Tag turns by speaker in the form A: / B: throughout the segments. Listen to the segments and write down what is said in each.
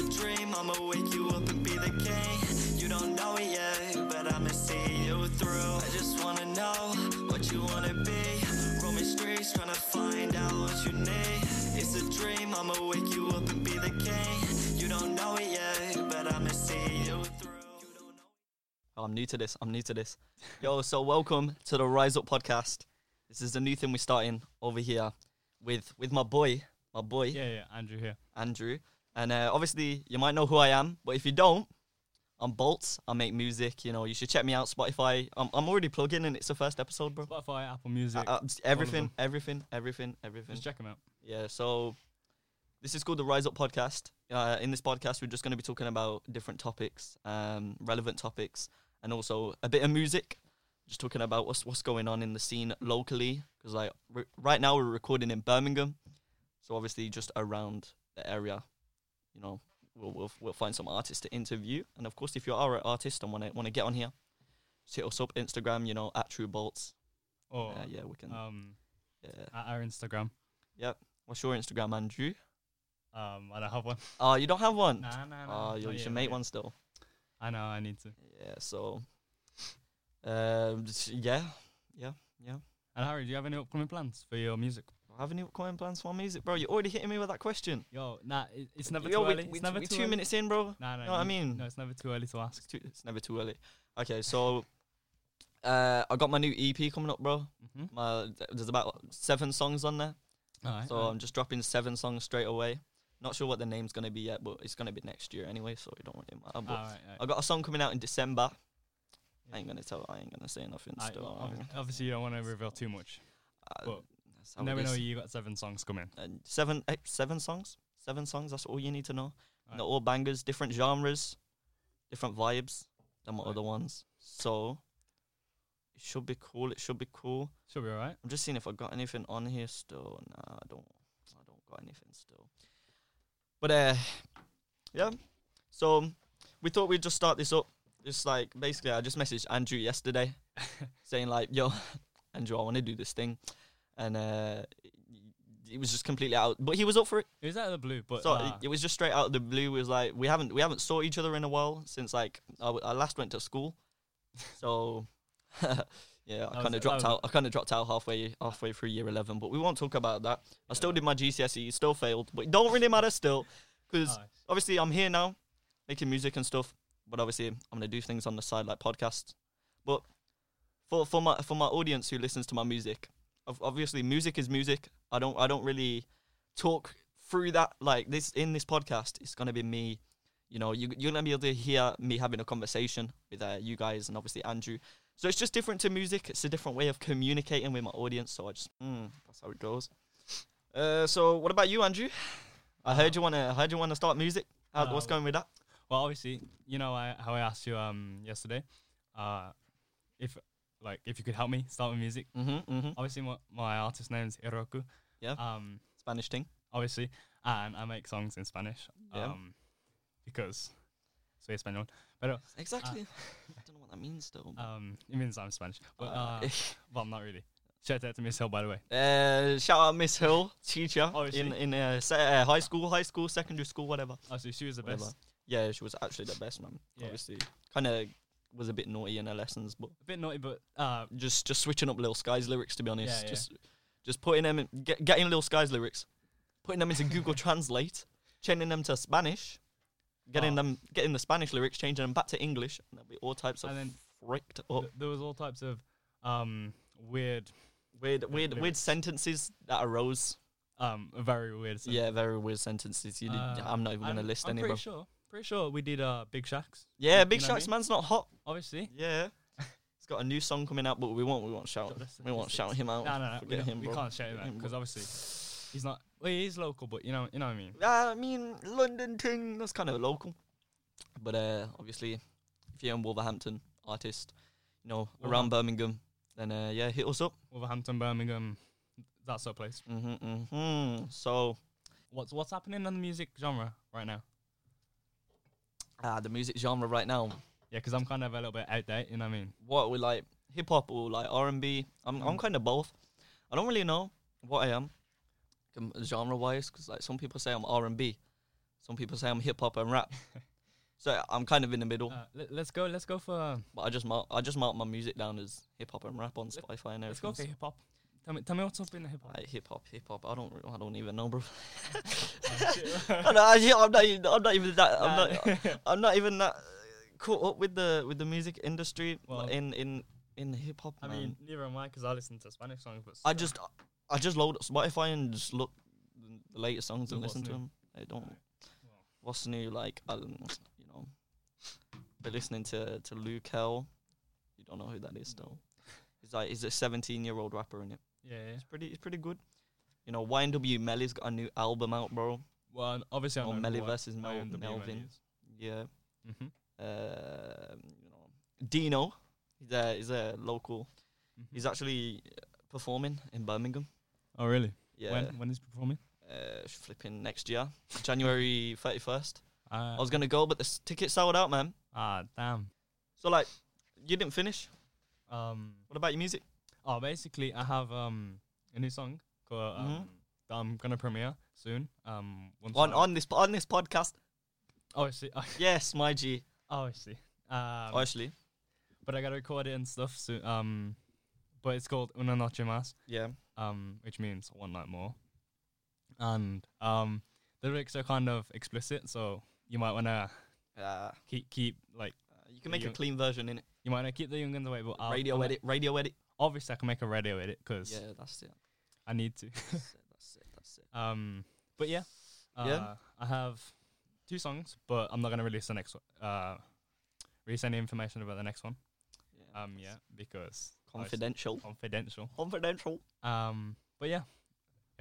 A: I'ma wake you up and be the king. You don't know it yet, but I'ma see you through. I just wanna know what you wanna be. Roaming streets, tryna find out what you need. It's a dream, I'ma wake you up and be the king. You don't know it yet, but I'ma see you through.
B: Oh, I'm new to this. I'm new to this. Yo, so welcome to the Rise Up podcast. This is the new thing we're starting over here with with my boy, my boy
C: Yeah, yeah, Andrew here.
B: Andrew. And uh, obviously, you might know who I am, but if you don't, I'm Bolts. I make music. You know, you should check me out. Spotify. I'm, I'm already plugging, and it's the first episode, bro.
C: Spotify, Apple Music.
B: Uh, uh, everything,
C: them.
B: everything, everything, everything.
C: just check them out.
B: Yeah, so this is called the Rise Up Podcast. Uh, in this podcast, we're just going to be talking about different topics, um, relevant topics, and also a bit of music. Just talking about what's what's going on in the scene locally, because like r- right now we're recording in Birmingham, so obviously just around the area, you know, we'll we'll, we'll find some artists to interview, and of course if you are an artist and want to want to get on here, just hit us up Instagram, you know, at True Bolts.
C: Or
B: Uh, yeah, we can.
C: um,
B: yeah.
C: at our Instagram.
B: What's your Instagram, Andrew?
C: Um, I don't have one.
B: Oh, you don't have one.
C: Nah, nah,
B: Oh, you, you should make one still.
C: I know. I need to.
B: Yeah, so. Um, just- yeah,
C: And Harry, do you have any upcoming plans for your music?
B: I have any upcoming plans for my music, bro? You're already hitting me with that question.
C: Yo, nah, it, it's never
B: Yo,
C: too
B: we-
C: early.
B: we-
C: it's never
B: we
C: too
B: two
C: early.
B: minutes in, bro.
C: Nah, nah,
B: know what I
C: you-
B: mean?
C: No, it's never too early to ask.
B: It's, too, it's never too early. Okay, so uh, I got my new EP coming up, bro.
C: Mm-hmm.
B: My th- there's about seven songs on there,
C: All right.
B: so I'm just dropping seven songs straight away. Not sure what the name's gonna be yet, but it's gonna be next year anyway, so it don't really matter. But I got a song coming out in December. I ain't gonna tell. I ain't gonna say nothing. still, I'm-
C: obviously, you don't want to reveal too much.
B: Uh,
C: But
B: that's how
C: now
B: it
C: we know
B: is.
C: you got seven songs coming.
B: And seven, eh, seven songs. Seven songs. That's all you need to know.
C: Right.
B: They're all bangers, different genres, different vibes than what
C: Right.
B: other ones. So it should be cool. It should be cool.
C: Should be all right.
B: I'm just seeing if I got anything on here still. Nah, I don't. I don't got anything still. But uh, yeah. So we thought we'd just start this up. Just like basically, I just messaged Andrew yesterday, saying like, "Yo, Andrew, I want to do this thing," and uh, it was just completely out. But he was up for it,
C: It was out of the blue, but uh,
B: so
C: nah,
B: it, it was just straight out of the blue. It was like we haven't we haven't saw each other in a while since like I, w- I last went to school, so. yeah,
C: That
B: I
C: was-
B: kind of
C: that
B: dropped
C: was-
B: out. I kind of dropped out halfway halfway through year eleven, but we won't talk about that. I still did my GCSE, E, still failed, but it don't really matter still, because
C: alright.
B: obviously I'm here now, making music and stuff. But obviously I'm gonna do things on the side like podcasts. But for for my for my audience who listens to my music, ob- obviously music is music. I don't I don't really talk through that like this in this podcast. It's gonna be me. You know, you you're gonna be able to hear me having a conversation with uh, you guys and obviously Andrew. So it's just different to music. It's a different way of communicating with my audience. So I just mm, that's how it goes. Uh, so what about you, Andrew? I heard you wanna I heard you wanna start music. How,
C: Uh,
B: what's going with that?
C: Well, obviously, you know I, how I asked you um yesterday, uh, if like if you could help me start with music.
B: Mm-hmm, mm-hmm.
C: Obviously, my, my artist name is Iroku.
B: Yeah.
C: Um,
B: Spanish thing.
C: obviously, and I make songs in Spanish.
B: Yeah.
C: Um, because soy español. Pero
B: Exactly. Uh, I don't know what that means though.
C: um, it means I'm Spanish, but
B: Uh,
C: uh, well, I'm not really. Shout out to Miss Hill, by the way.
B: Uh, shout out Miss Hill, teacher
C: Oh, is
B: in
C: she?
B: in uh, se- uh, high school, high school, secondary school, whatever.
C: Obviously, she was the
B: whatever.
C: best.
B: Yeah, she was actually the best, man.
C: Yeah.
B: Obviously, kind of was a bit naughty in her lessons, but
C: A bit naughty, but uh,
B: just just switching up Lil Sky's lyrics to be honest.
C: yeah.
B: Just just putting them in, get, getting Lil Sky's lyrics, putting them into Google Translate, changing them to Spanish, getting
C: Oh.
B: them getting the Spanish lyrics, changing them back to English, and there'll be all types of
C: And then
B: fricked up
C: th- there was all types of um weird,
B: weird weird weird
C: lyrics.
B: sentences that arose.
C: um very weird. sentences.
B: Yeah, very weird sentences. You did,
C: Uh,
B: I'm not even gonna
C: I'm-
B: list
C: I'm
B: any.
C: pretty
B: bro.
C: sure. Pretty sure we did uh Big Shacks.
B: Yeah,
C: you
B: Big
C: know what I
B: Shots
C: mean?
B: man's not hot.
C: Obviously.
B: Yeah, he's got a new song coming out, but we won't we won't shout
C: Got the
B: we won't shout
C: statistics.
B: him out.
C: No, no, no. We,
B: Forget
C: don't-
B: him,
C: we
B: bro.
C: can't shout him
B: Forget
C: out
B: him,
C: because
B: bro.
C: obviously he's not. Well, he is local, but you know, you know what I mean.
B: Ah, I mean, London thing. That's kind of local, but uh, obviously, if you're in Wolverhampton, artist, you know, around Birmingham, then uh, yeah, hit us up.
C: Wolverhampton, Birmingham, that sort of place.
B: hmm hmm So
C: What's what's happening in the music genre right now?
B: ah, the music genre right now,
C: Yeah, because I'm kind of a little bit out there. You know what I mean?
B: what we like hip hop or like R and B. I'm I'm
C: Mm.
B: kind of both. I um, don't really know what I am genre wise because like some people say I'm R and B, Some people say I'm hip hop and rap. so I'm kind of in the middle.
C: Uh, let, let's go. Let's go for. um,
B: but I just mark I just mark my music down as hip hop and rap on
C: Let-
B: Spotify and
C: Let's go
B: everything.
C: for hip hop. Tell me, tell me what's up in the hip hop.
B: Like hip hop, hip hop. I don't, re- I don't even know, bro. I know, I- yeah, I'm not, even- I'm not even that. I'm
C: Nah,
B: not, I'm not even that uh, caught up with the with the music industry
C: Well-
B: like, in in in hip hop.
C: I
B: man.
C: mean, neither am I because I listen to Spanish songs. But
B: I
C: still.
B: just, I just load up Spotify and just look the latest songs and
C: What's
B: listen to
C: new?
B: them. I don't.
C: Well.
B: What's new? Like, I don't, you know, been listening to to Luke Hell. You don't know who that is, though. He's like, he's a 17 year old rapper in it.
C: yeah. yeah.
B: It's pretty, it's pretty good. You know, YNW Melly's got a new album out, bro.
C: Well, and obviously I
B: Or
C: know
B: Melly
C: what
B: versus Mel-
C: IMDb
B: Melvin.
C: is.
B: Yeah.
C: Mhm.
B: Um, you know, Dino. He's a, he's a local.
C: Mm-hmm.
B: He's actually uh, performing in Birmingham.
C: Oh really?
B: Yeah.
C: When when is he performing?
B: uh, flipping next year, January 31st.
C: Uh,
B: I was going to go, but the s- tickets sold out, man.
C: ah damn.
B: So, like, you didn't finish.
C: Um.
B: What about your music?
C: Oh, basically I have um a new song called um,
B: Mhm.
C: that I'm gonna premiere soon. Um. Once
B: On,
C: I-
B: on this on this podcast.
C: Oh I see.
B: Yes, my G.
C: Oh I see. Um,
B: Actually,
C: but I gotta record it and stuff soon. Um. But it's called Una Noche Más.
B: yeah.
C: um, which means one night more. And um, the lyrics are kind of explicit, so you might wanna
B: Uh,
C: keep keep like
B: you can make a
C: You-
B: clean version in it.
C: you might wanna keep the youngins away, but I'll,
B: radio
C: I'll-
B: edit, radio edit.
C: Obviously, I can make a radio edit because
B: Yeah, that's it.
C: I need to.
B: That's it. That's it. That's it.
C: Um, but yeah, uh,
B: Yeah.
C: I have two songs, but I'm not gonna release the next one. Uh, release any information about the next one.
B: Yeah,
C: Um,
B: that's
C: yeah, because obviously
B: Confidential.
C: confidential.
B: Confidential.
C: Um, but yeah,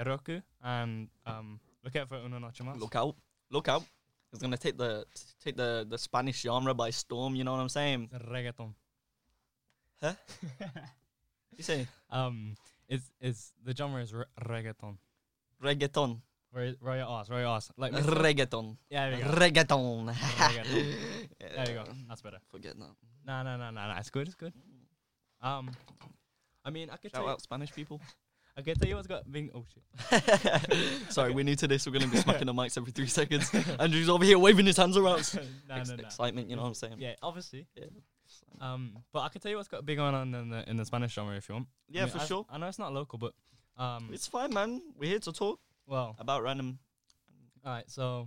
C: Roku and um, look out for Una Noche Más.
B: Look out! Look out! It's gonna take the t- take the the Spanish genre by storm. You know what I'm saying?
C: reggaeton.
B: Huh? You say
C: um, it's it's the genre is re- reggaeton.
B: reggaeton,
C: Very very ass, very ass. Like Mr.
B: reggaeton,
C: yeah, there you go.
B: reggaeton.
C: Reggaeton.
B: Yeah.
C: There you go. That's better.
B: Forget that.
C: No no no no no. It's good. It's good. Um, I mean, I could
B: Shout
C: tell
B: out Spanish people.
C: You, I could tell you what's got being. Oh shit.
B: Sorry, we're new to this. We're going to be smacking the mics every three seconds. Andrew's over here waving his hands around.
C: no
B: Oh, Ex-
C: no no.
B: Excitement, you know what I'm saying?
C: Yeah, obviously.
B: Yeah.
C: Um, but I could tell you what's got big on on in the in the Spanish genre if you want. I
B: Yeah,
C: mean,
B: for
C: I,
B: sure.
C: I know it's not local, but um,
B: It's fine, man. We're here to talk
C: well,
B: about random.
C: all right. So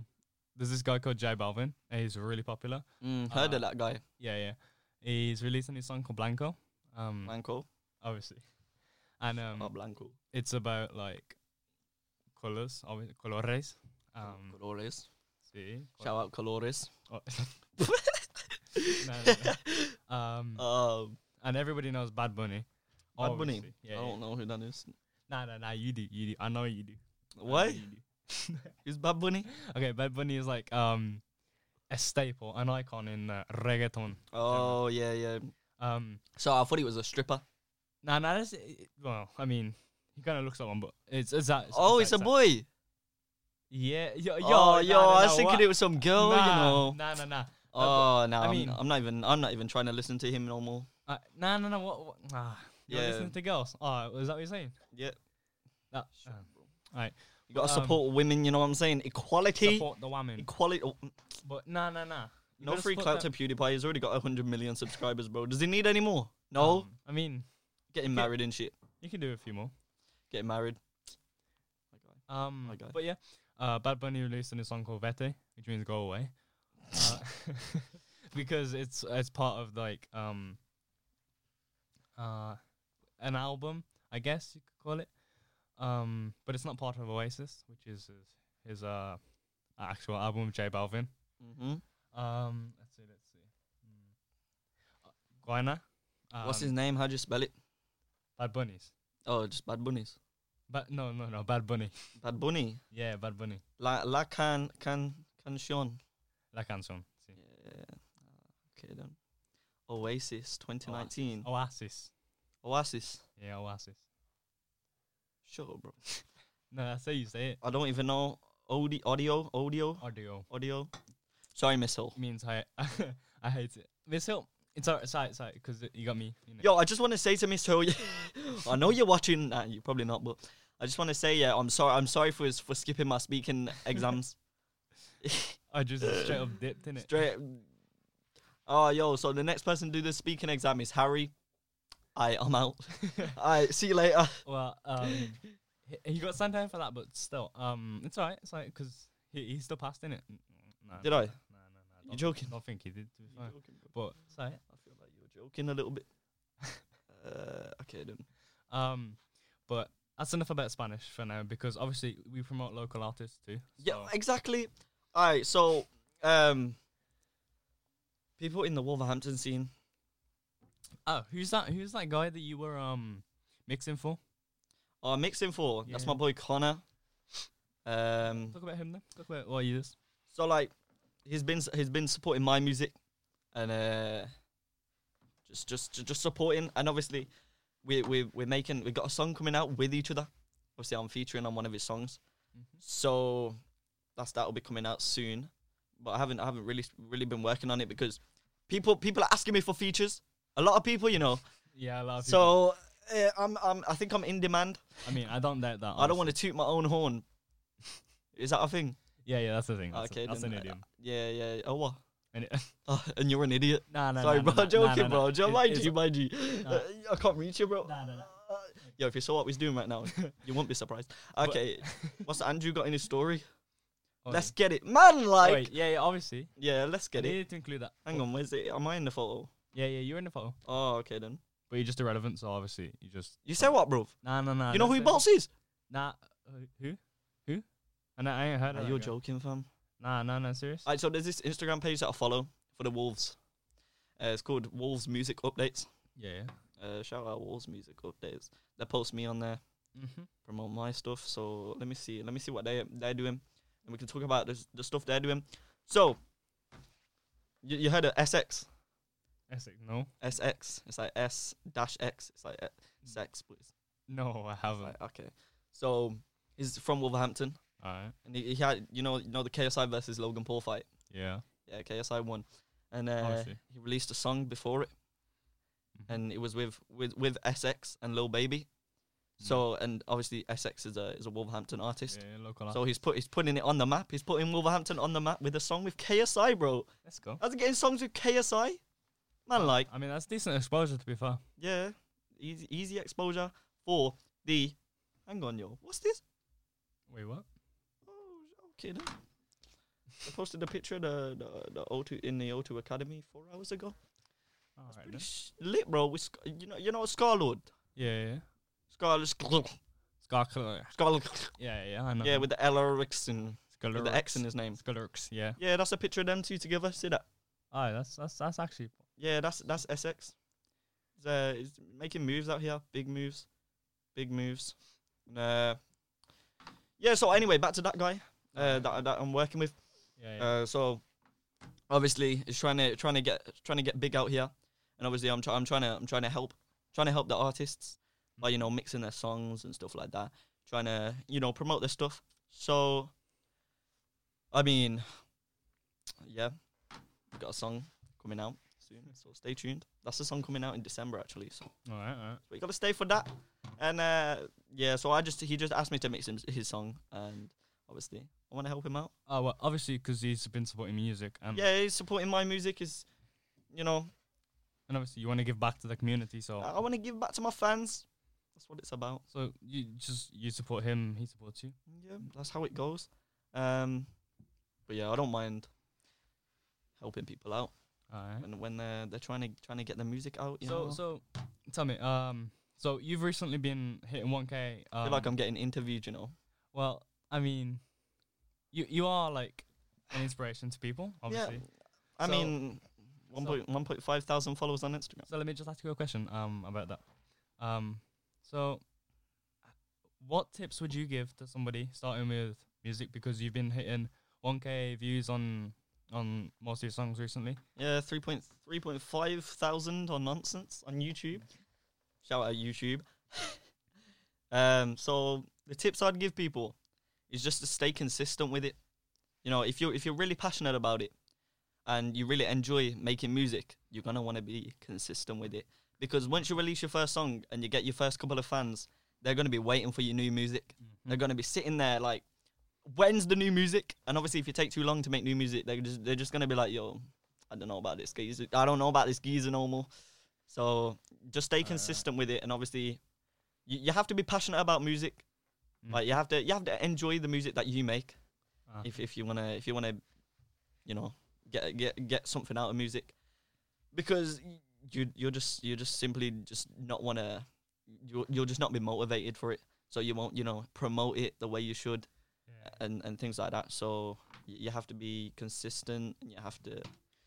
C: there's this guy called J Balvin, and he's really popular.
B: Mm, heard
C: Uh,
B: of that guy,
C: Yeah, yeah. He's releasing his song called Blanco. Um,
B: Blanco. Oh.
C: obviously, and um,
B: Not Blanco.
C: it's about like colors, obviously colores. Um,
B: Colores.
C: see,
B: Shout out Colores.
C: Oh. No, no, no. Um,
B: Um,
C: and everybody knows Bad Bunny.
B: Bad Bunny? Oh.
C: obviously. Yeah,
B: I
C: yeah.
B: don't know who that is.
C: Nah, nah, nah. You do, you do. I know you do. I know
B: What?
C: you do.
B: Who's Bad Bunny?
C: Okay, Bad Bunny is like um, a staple, an icon in uh, reggaeton.
B: Oh, yeah, yeah.
C: Um,
B: So I thought he was a stripper.
C: nah, nah. That's, well, I mean, he kind of looks like one, but it's it's that.
B: oh,
C: that-
B: it's a
C: that-
B: boy.
C: Yeah, yo, yo,
B: oh,
C: nah,
B: yo,
C: nah,
B: I
C: nah,
B: was thinking
C: what?
B: it was some girl,
C: nah,
B: you know.
C: Nah, nah, nah.
B: Oh no!
C: Uh, I
B: I
C: mean-
B: mean, I'm not even. I'm not even trying to listen to him no more.
C: Uh, nah, nah, nah. What? what nah. You're
B: Yeah.
C: listening to girls. Oh, is that what you're saying?
B: Yeah,
C: That, uh,
B: you gotta
C: Um,
B: support women. You know what I'm saying? Equality,
C: support the woman.
B: equality. oh,
C: But nah, nah, nah. You
B: no
C: gotta
B: free
C: support
B: clout to
C: them.
B: PewDiePie. He's already got hundred million subscribers, bro. Does he need any more? No.
C: Um, I mean,
B: Getting
C: yeah.
B: married and shit.
C: you can do a few more.
B: Getting married.
C: Um,
B: Okay.
C: but yeah, uh, Bad Bunny released a new song called Vete, which means go away, uh, because it's it's part of like um, uh, an album, I guess you could call it. Um, but it's not part of Oasis, which is his, his uh actual album with J Balvin.
B: Mm-hmm.
C: Um, let's see, let's see. Mm. Uh, Guayna. Um,
B: What's his name? How do you spell it?
C: Bad Bunnies.
B: Oh, just Bad Bunnies.
C: But no, no, no, Bad Bunny.
B: Bad Bunny.
C: Yeah, Bad Bunny.
B: La La Can Can Canción.
C: La canción. Sí.
B: Yeah. Okay then. Oasis 2019.
C: Oasis.
B: Oasis.
C: Yeah, Oasis.
B: Sure, bro.
C: No, that's how you say it.
B: I don't even know. Audi, audio, audio,
C: Audio
B: audio. Sorry, Miss Hill.
C: means I I hate it. This hill, it's alright, it's alright, it's alright, because you got me. In it.
B: Yo, I just want to say to Miss Hill, I know you're watching. Nah, you probably not, but I just want to say, yeah, I'm sorry. I'm sorry for for skipping my speaking exams.
C: I just straight up dipped in it.
B: Straight. Oh, yo. So the next person to do the speaking exam is Harry. I, I'm out. I see you later.
C: Well, um, he, he got sent home for that, but still, um, it's alright. It's like because he, he still passed in it. No,
B: Did
C: no,
B: I?
C: No, no, no.
B: You joking?
C: I think he did. To be fair.
B: I
C: But it's alright.
B: feel like you're joking a little bit. uh, okay then.
C: Um, but that's enough about Spanish for now because obviously we promote local artists too.
B: Yeah,
C: so-
B: exactly. All right, so um, people in the Wolverhampton scene.
C: Oh, who's that? Who's that guy that you were um mixing for?
B: Oh, mixing for that's my
C: Yeah.
B: boy Connor. Um,
C: Talk about him then. Talk about what you this.
B: so like, he's been he's been supporting my music, and uh, just just ju- just supporting, and obviously, we we we're making we got a song coming out with each other. Obviously, I'm featuring on one of his songs,
C: Mm-hmm.
B: so that's that'll be coming out soon. But I haven't I haven't really really been working on it because people people are asking me for features. A lot of people, you know.
C: Yeah, a lot of people.
B: So uh, I'm, I'm I think I'm in demand.
C: I mean, I don't doubt that.
B: I don't want to toot my own horn. Is that a thing?
C: Yeah, yeah, that's the thing. That's,
B: Okay,
C: okay, that's
B: then,
C: an
B: uh,
C: idiom.
B: Yeah, yeah. yeah. Oh what?
C: And it,
B: Oh, and you're an idiot.
C: nah, nah,
B: Sorry,
C: nah,
B: bro.
C: nah, nah,
B: joking,
C: nah, nah.
B: bro. Joe,
C: It-
B: my
C: it's-
B: G, my G.
C: nah.
B: Uh, I can't reach you, bro.
C: Nah, nah, nah.
B: Uh, Yo, if you saw what we're doing right now, you won't be surprised.
C: But-
B: Okay, what's Andrew got in his story?
C: Oh,
B: Let's get it, man. Like,
C: wait, yeah, yeah, obviously.
B: yeah, let's
C: You
B: get it.
C: needed to include that.
B: Hang on, where's it? Am I in the photo?
C: Yeah, yeah, you're in the photo,
B: Oh, okay then.
C: but you're just irrelevant. So obviously, you just
B: You say what, bro?
C: nah, nah, nah.
B: you know who
C: that's
B: your
C: it.
B: boss is?
C: Nah, uh, who, who? And I ain't heard of
B: Nah,
C: that
B: you're
C: guy.
B: joking, fam.
C: Nah, nah, nah. Serious.
B: Alright, so there's this Instagram page that I follow for the Wolves. Uh, it's called Wolves Music Updates.
C: yeah, yeah.
B: Uh, shout out Wolves Music Updates. They post me on there,
C: Mm-hmm.
B: promote my stuff. So let me see, let me see what they they're doing, and we can talk about this, the stuff they're doing. So you, you heard of SX?
C: Essex, no,
B: SX. It's like S dash X. It's like uh, sex, but it's
C: no, I haven't.
B: like okay. So he's from Wolverhampton,
C: All right.
B: and he, he had you know you know the KSI versus Logan Paul fight.
C: Yeah.
B: Yeah, KSI won, and uh,
C: Obviously.
B: he released a song before it,
C: Mhm.
B: and it was with with with SX and Lil Baby.
C: Mm.
B: So and obviously SX is a is a Wolverhampton artist.
C: Yeah, local.
B: So he's put he's putting it on the map. He's putting Wolverhampton on the map with a song with KSI, bro.
C: Let's go.
B: How's he getting songs with KSI? Man, like
C: I mean, that's decent exposure to be fair.
B: yeah, easy easy exposure for the. Hang on, yo, what's this?
C: Wait, what?
B: Oh, okay then. I posted a picture of the, the, the O2 in the O2 Academy four hours ago.
C: All right.
B: Pretty
C: Then.
B: sh- lit, bro. With Sc- you know, you know, Scarlord,
C: Yeah, yeah.
B: Scarlord, Scarlord,
C: Scar- yeah,
B: Scarlord.
C: yeah, yeah. I know.
B: yeah, with the LRX and with
C: Scalarix.
B: the X in his name.
C: Scalarix, yeah.
B: Yeah, that's a picture of them two together. See that?
C: Oh, that's that's that's actually.
B: Yeah, that's that's SX. He's, uh, he's making moves out here, big moves, big moves. And, uh, yeah. So anyway, back to that guy uh, that that I'm working with.
C: Yeah, yeah.
B: Uh, so obviously, he's trying to trying to get trying to get big out here, and obviously, I'm try, I'm trying to I'm trying to help trying to help the artists by you know mixing their songs and stuff like that, trying to you know promote their stuff. So, I mean, yeah, we've got a song coming out soon, so stay tuned. That's the song coming out in December actually, so
C: all right, all right.
B: we gotta stay for that. And uh, yeah, so I just he just asked me to mix him, his song, and obviously I want to help him out.
C: Oh well, obviously because he's been supporting music, and
B: yeah, he's supporting my music is, you know,
C: and obviously you want to give back to the community. So,
B: I want to give back to my fans. That's what it's about.
C: so you just you support him, he supports you.
B: Yeah, that's how it goes. Um, but yeah, I don't mind helping people out
C: All right.
B: when when they're they're trying to trying to get their music out. You
C: So,
B: know?
C: so tell me, um, so you've recently been hitting 1K.
B: I
C: Um,
B: feel like I'm getting interviewed. You know,
C: well, I mean, you you are like an inspiration to people, obviously.
B: I
C: So-
B: mean, one point one point five thousand followers on Instagram.
C: So let me just ask you a question um about that. Um so what tips would you give to somebody starting with music because you've been hitting 1k views on on most of your songs recently?
B: Yeah, three point three point five thousand on nonsense on YouTube. Shout out YouTube. um, so the tips I'd give people is just to stay consistent with it. You know, if you're if you're really passionate about it and you really enjoy making music, you're gonna want to be consistent with it because once you release your first song and you get your first couple of fans, they're gonna be waiting for your new music. They're gonna be sitting there like, when's the new music? And obviously, if you take too long to make new music, they're just they're just gonna be like, yo, I don't know about this geezer. I don't know about this geezer normal. So just stay
C: Alright.
B: consistent with it, and obviously, you, you have to be passionate about music.
C: Mm.
B: Like you have to you have to enjoy the music that you make.
C: Ah.
B: If if you wanna if you wanna, you know, get get get something out of music, because y- you you're just you're just simply just not wanna you'll you'll just not be motivated for it. So you won't you know promote it the way you should
C: Yeah.
B: and and things like that. So y- you have to be consistent. And you have to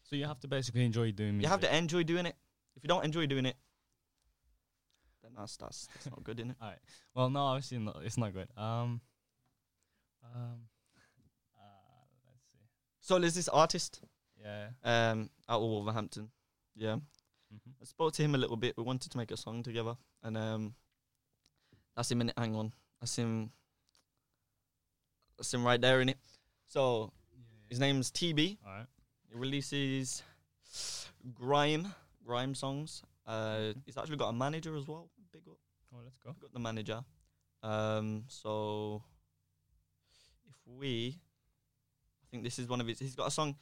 C: So you have to basically enjoy doing.
B: you have
C: music.
B: to enjoy doing it. If you don't enjoy doing it, then that's that's, that's not good, innit?
C: Well, no, obviously not. It's not good. Um. Um. Uh, let's see.
B: So there's this artist
C: Yeah.
B: um out of Wolverhampton. Yeah,
C: hmm
B: I spoke to him a little bit. We wanted to make a song together, and um, that's him in it. Hang on, that's him. That's him right there in it. So his name's TB.
C: All right.
B: He releases grime, grime songs. Uh, he's actually got a manager as well. Big up,
C: Oh, let's go.
B: big up the manager. Um, so if we, I think this is one of his. He's got a song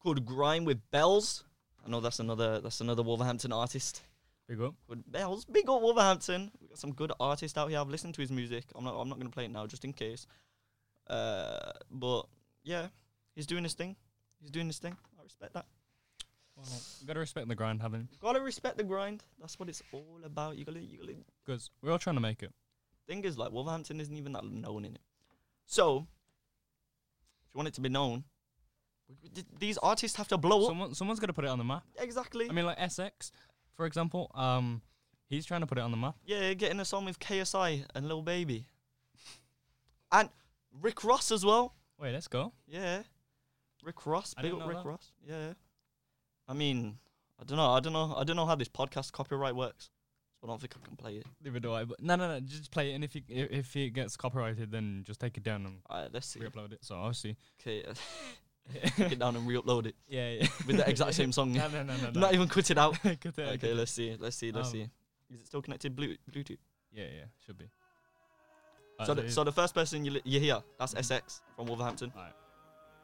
B: called "Grime with Bells." I know that's another that's another Wolverhampton artist
C: Big up.
B: called Bells. Big up Wolverhampton. We got some good artists out here. I've listened to his music. I'm not I'm not gonna play it now just in case. Uh, but yeah, he's doing his thing. He's doing his thing. I respect that.
C: Well, you gotta respect the grind, haven't?
B: Gotta respect the grind. That's what it's all about. You gotta, you gotta.
C: Because we're all trying to make it.
B: Thing is, like Wolverhampton isn't even that known in it. So, if you want it to be known, w- th- these artists have to blow up.
C: Someone, someone's gotta put it on the map.
B: Exactly.
C: I mean, like SX, for example. Um, he's trying to put it on the map.
B: yeah, getting a song with KSI and Lil Baby, and Rick Ross as well.
C: Wait, let's go.
B: Yeah, Rick Ross.
C: I
B: Big
C: didn't
B: up
C: know
B: Rick
C: that.
B: Ross. Yeah. I mean, I don't know. I don't know. I don't know how this podcast copyright works. So I don't think I can play it.
C: Neither do I. But no, no, no. Just play it, and if you, i- if it gets copyrighted, then just take it down and
B: Alright, let's see.
C: re-upload it. So obviously,
B: Okay, take it down and re-upload it
C: yeah, yeah.
B: with the exact same song.
C: No, no, no, no. no.
B: Not even cut it out.
C: Cut it out, cut
B: okay,
C: it out.
B: let's see. Let's see. Let's
C: Um,
B: see. Is it still connected Bluetooth? Bluetooth?
C: Yeah, yeah, should be. Uh, Alright,
B: so,
C: there
B: the,
C: is-
B: so the first person you, li- you hear, that's
C: Mhm.
B: SX from Wolverhampton.
C: Alright.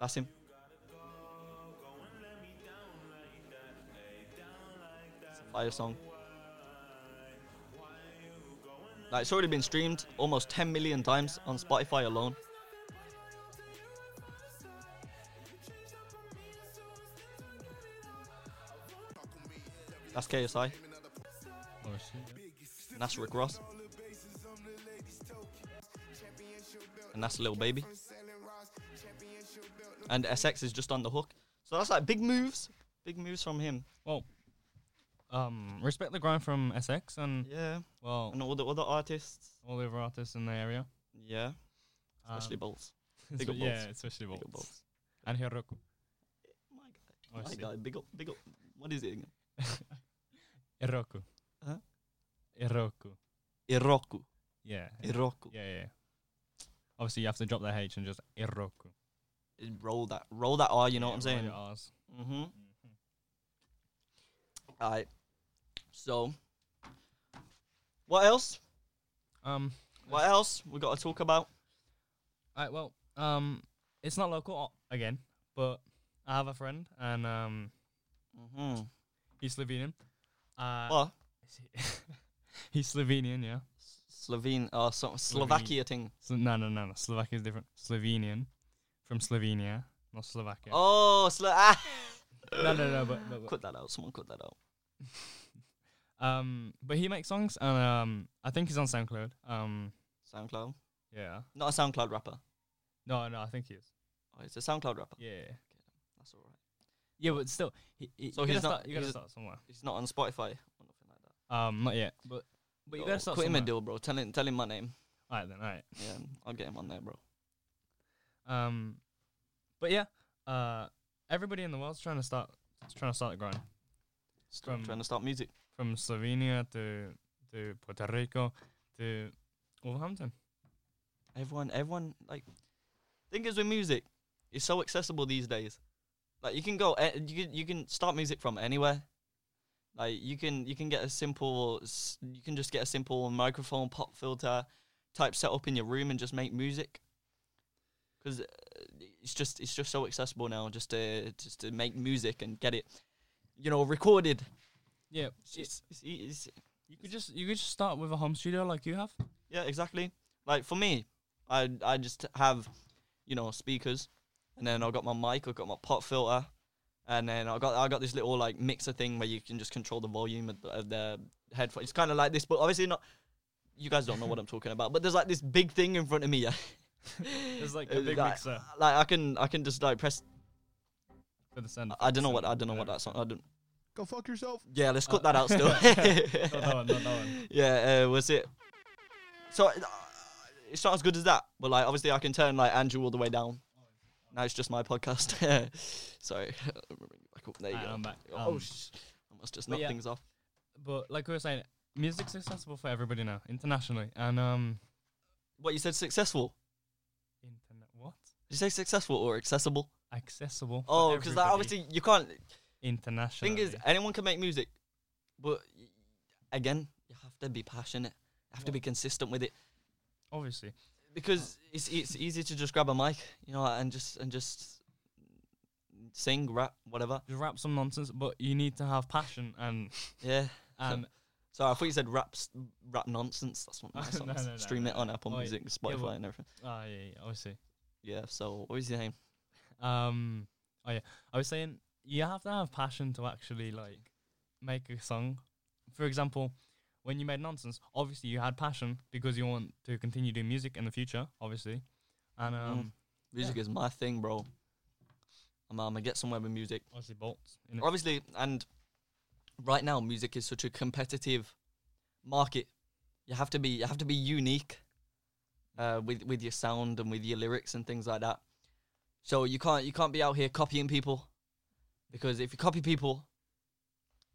B: That's him. It's a fire song. Like, it's already been streamed almost 10 million times on Spotify alone. That's KSI,
C: oh, shit, yeah.
B: and that's Rick Ross, and that's Lil Baby. And SX is just on the hook. So that's like big moves. Big moves from him.
C: Um, respect the grind from SX and
B: Yeah.
C: well,
B: And all the other artists.
C: all the other artists in the area,
B: Yeah. Especially
C: Um,
B: Bolts.
C: espe-
B: big up
C: yeah,
B: Bolts.
C: especially
B: Big up
C: Bolts
B: Bolts.
C: and Hiroku.
B: My guy.
C: Oh, I
B: My
C: see.
B: guy. Big up. Big up. What is it again?
C: Hiroku.
B: Huh?
C: Hiroku.
B: Iroku.
C: Yeah. yeah,
B: Iroku.
C: Yeah, yeah. Obviously, you have to drop that H and just Iroku.
B: Roll that. Roll that R. You know
C: Yeah,
B: what I'm
C: roll
B: saying?
C: your R's.
B: Mm-hmm. All right. So, what else?
C: Um.
B: What else we got to talk about?
C: Alright, well, um, it's not local o- again, but I have a friend and um,
B: Mm-hmm.
C: he's Slovenian. Uh,
B: What?
C: is he- he's Slovenian, yeah.
B: Slovene or some Slovakia thing.
C: So, no, no, no, no. Slovakia is different. Slovenian from Slovenia, not Slovakia.
B: Oh, Slo- ah.
C: No, no, no, but, but, but
B: cut that out. Someone cut that out.
C: um, but he makes songs and um, I think he's on SoundCloud. Um,
B: SoundCloud.
C: yeah.
B: Not a SoundCloud rapper.
C: No, no, I think he is.
B: Oh, it's a SoundCloud rapper.
C: Yeah.
B: That's all right.
C: Yeah, but still, he, he,
B: So
C: you gotta
B: he's not-
C: start, you gotta
B: he's-
C: start somewhere.
B: He's not on Spotify or nothing like that.
C: Um, not yet, but but you
B: Yo,
C: gotta start
B: Quit him
C: somewhere.
B: a deal, bro. Tell him, tell him my name.
C: Alright then, alright.
B: Yeah, I'll get him on there, bro.
C: Um, but yeah, uh, everybody in the world's trying to start trying to start the grind From-
B: trying to start music.
C: from Slovenia to to Puerto Rico to Wolverhampton.
B: Everyone, everyone, like, thing is with music, it's so accessible these days. Like, you can go, eh, you can, you can start music from anywhere. Like, you can, you can get a simple, s- you can just get a simple microphone, pop filter, type set up in your room and just make music. 'Cause because it's just it's just so accessible now. Just to just to make music and get it, you know, recorded.
C: Yeah,
B: It's, just- it's, it's,
C: you could just you could just start with a home studio like you have.
B: Yeah, exactly. Like for me, I I just have, you know, speakers, and then I got my mic, I got my pot filter, and then I got I got this little like mixer thing where you can just control the volume of the, of the headphone. It's kind of like this, but obviously not. You guys don't know what I'm talking about, but there's like this big thing in front of me. yeah.
C: There's like
B: Uh,
C: a big
B: like,
C: mixer
B: Like I can I can just like press.
C: for the sound.
B: I don't know what I don't know what that song. I don't.
D: Go fuck yourself.
B: Yeah, let's cut
C: Uh,
B: that out still.
C: not that one, not that one.
B: Yeah, uh, was it? So uh, it's not as good as that, but like obviously I can turn like Andrew all the way down. Now it's just my podcast. Sorry, Let me bring it back up. There you
C: Alright,
B: go.
C: I'm back.
B: oh,
C: Um,
B: sh- I must just
C: but
B: knock
C: yeah.
B: things off.
C: But like we were saying, music's accessible for everybody now internationally. And um,
B: What you said? Successful?
C: internet what?
B: Did you say successful or accessible?
C: Accessible. for
B: Oh, because
C: everybody
B: obviously you can't.
C: internationally.
B: Thing is, anyone can make music, but y- again, you have to be passionate. You have to be consistent with it.
C: obviously,
B: because it's it's easy to just grab a mic, you know, and just and just sing, rap, whatever.
C: just rap some nonsense, but you need to have passion and
B: Yeah.
C: and
B: So I thought you said rap, s- rap nonsense. That's what my
C: No,
B: song is.
C: no, no,
B: Stream
C: no,
B: it on Apple
C: Oh, yeah.
B: Music, Spotify,
C: but-
B: and everything.
C: ah yeah, yeah obviously.
B: Yeah. So what was your name?
C: Um, oh yeah, I was saying you have to have passion to actually like make a song. For example, when you made nonsense, obviously you had passion because you want to continue doing music in the future, obviously. And um,
B: Mm. Music is my thing, bro. I'm, I'm gonna get somewhere with music.
C: obviously bolts. In it.
B: Obviously, and right now, music is such a competitive market. You have to be you have to be unique uh, with with your sound and with your lyrics and things like that. So you can't you can't be out here copying people because if you copy people,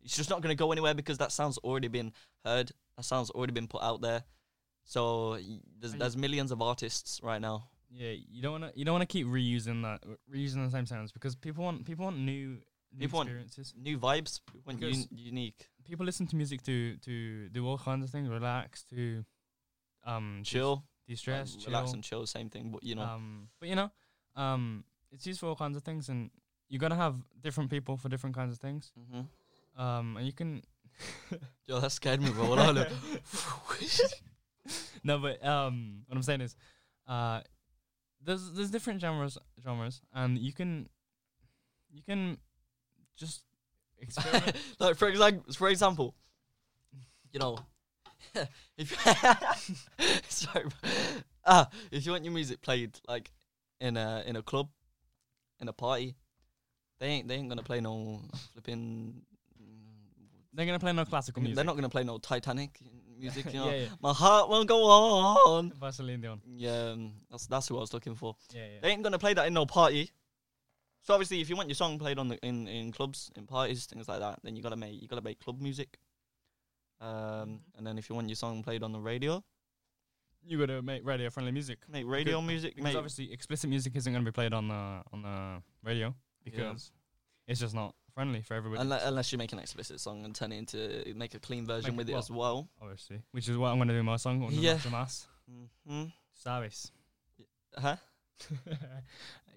B: it's just not going to go anywhere because that sound's already been heard. That sound's already been put out there. So y- there's
C: And-
B: there's millions of artists right now.
C: Yeah, you don't want to you don't want to keep reusing that reusing the same sounds because people want people want new, new
B: People want-
C: experiences.
B: New vibes, when
C: Because-
B: un- unique,
C: People listen to music to to do all kinds of things, relax, to um
B: chill,
C: de stress,
B: like, relax
C: chill.
B: and chill, same thing. But you know,
C: Um, but you know, um, it's used for all kinds of things, and you gotta have different people for different kinds of things.
B: Mhm.
C: Um, and you can
B: Yo, that scared me, bro. What I look.
C: no, but um, what I'm saying is, uh, there's there's different genres genres, and you can you can just experiment.
B: like for example, for example, you know, if sorry, bro. ah, if you want your music played like in a in a club, in a party, they ain't they ain't gonna play no flipping.
C: They're gonna play no classical music.
B: They're not gonna play no Titanic music. You know,
C: yeah, yeah.
B: my heart won't go on.
C: By Celine Dion.
B: Yeah, um, that's that's who I was looking for.
C: Yeah, yeah.
B: They ain't gonna play that in no party. So obviously, if you want your song played on the in, in clubs, in parties, things like that, then you gotta make you gotta make club music. Um,
C: Mm-hmm.
B: and then if you want your song played on the radio,
C: you gotta make radio friendly music.
B: make radio music.
C: Because
B: Make,
C: obviously, explicit music isn't going to be played on the on the radio
B: Yeah.
C: because it's just not friendly for everybody.
B: unless, unless you make an explicit song and turn it into make a clean version
C: Make
B: with
C: it
B: it as well.
C: obviously, which is what I'm going to do in my song. On
B: Yeah.
C: yeah. Mas.
B: hmm
C: Sabes.
B: Huh?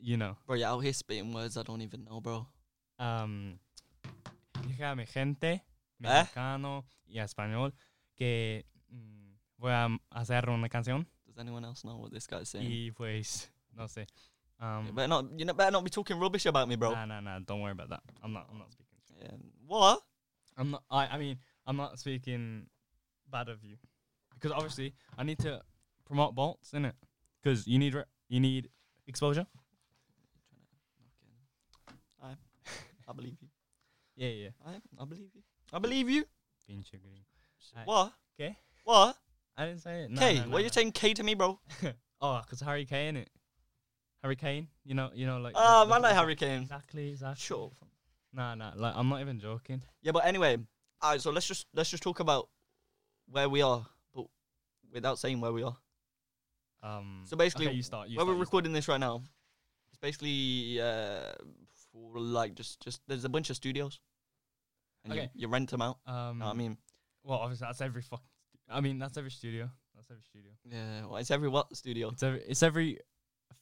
C: you know.
B: Bro, you're out here spitting words I don't even know, bro.
C: Um, Hija mi gente,
B: Eh?
C: mexicano y español, que mm, voy a hacer una canción
B: Does anyone else know what this guy's saying?
C: y pues, no sé.
B: You
C: Um,
B: better not. You better not be talking rubbish about me, bro.
C: Nah, nah, nah. Don't worry about that. I'm not. I'm not speaking.
B: Yeah. What?
C: I'm not. I. I mean, I'm not speaking bad of you, because obviously I need to promote bolts in it. Because you need re- you need exposure.
B: I, I believe you.
C: Yeah, yeah.
B: I, I believe you. I believe you.
C: Pinche green. Aye.
B: What?
C: Okay.
B: What?
C: I didn't say it. No,
B: K,
C: no, no,
B: what are
C: no.
B: you saying K to me, bro?
C: Oh, because Harry Kane it. Harry Kane. You know. You know like.
B: Ah,
C: the-
B: man,
C: the-
B: like Harry Kane.
C: Exactly. Exactly.
B: Sure.
C: Nah, nah. Like I'm not even joking.
B: Yeah, but anyway, all right. So let's just let's just talk about where we are, but without saying where we are.
C: Um.
B: So basically,
C: okay, you start. You
B: where
C: start,
B: we're
C: you
B: recording this right now, it's basically uh, for like just just there's a bunch of studios, and you,
C: Okay.
B: you rent them out.
C: start. Um.
B: Know what I mean,
C: Well, obviously that's every fuck. I mean that's every studio. That's every studio.
B: yeah, well, it's every what studio?
C: It's every. It's every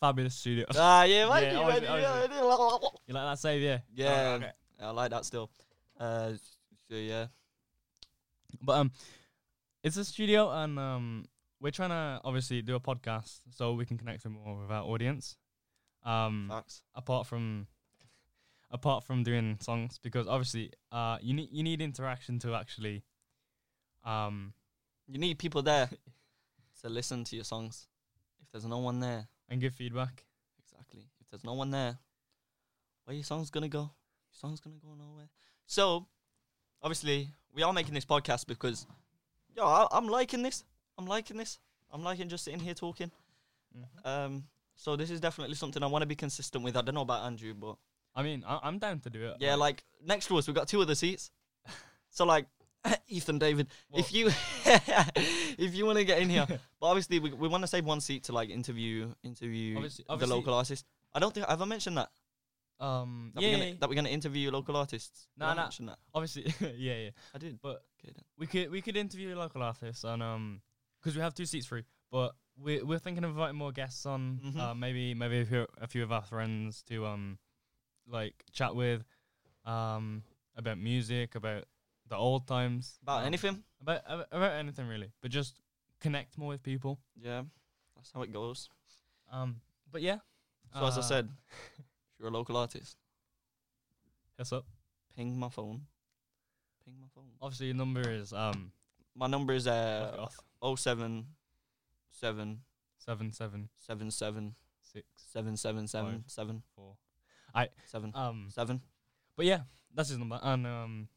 C: fabulous studio.
B: Ah, yeah, mate.
C: Yeah,
B: you
C: I was-
B: ready?
C: I was-
B: Yeah, ready?
C: you like that save, yeah?
B: Yeah,
C: Okay.
B: I like that still. Uh, so yeah,
C: But um, it's a studio, and um, we're trying to obviously do a podcast so we can connect with more of our audience. Um,
B: facts.
C: apart from apart from doing songs, because obviously, uh, you need you need interaction to actually, um,
B: You need people there to listen to your songs. If there's no one there,
C: and give feedback.
B: exactly. If there's no one there, where your song's gonna go? Your song's gonna go nowhere. So, obviously, we are making this podcast because, yo, I, I'm liking this. I'm liking this. I'm liking just sitting here talking. Um, so this is definitely something I want to be consistent with. I don't know about Andrew, but
C: I mean, I- I'm down to do it.
B: Yeah, like next to us, we've got two other seats. So like, Ethan, David, if you if you want to get in here, but obviously we, we want to save one seat to like interview interview
C: Obviously-
B: the
C: obviously-
B: local artist. I don't think have I mentioned that
C: um,
B: that,
C: yeah,
B: we're, gonna,
C: yeah,
B: that we're gonna interview local artists. Did
C: Nah,
B: I
C: nah.
B: mention that.
C: obviously, yeah, yeah.
B: I did.
C: But
B: Okay, then.
C: we could we could interview local artists and um because we have two seats free, but we're we're thinking of inviting more guests on.
B: Mhm.
C: Uh, maybe maybe a few, a few of our friends to um like chat with um about music, about the old times,
B: About
C: um,
B: anything?
C: about about about anything really, but just connect more with people.
B: Yeah, that's how it goes.
C: Um, but yeah.
B: So as I
C: uh,
B: said, if you're a local artist,
C: yes up.
B: ping my phone. Ping my phone.
C: Obviously, your number is um
B: My number is
C: fuck it
B: uh
C: off.
B: oh seven seven
C: seven seven
B: seven seven
C: six
B: seven seven seven seven.
C: four.
B: Seven.
C: Um,
B: Seven.
C: But yeah, that's his number. And um,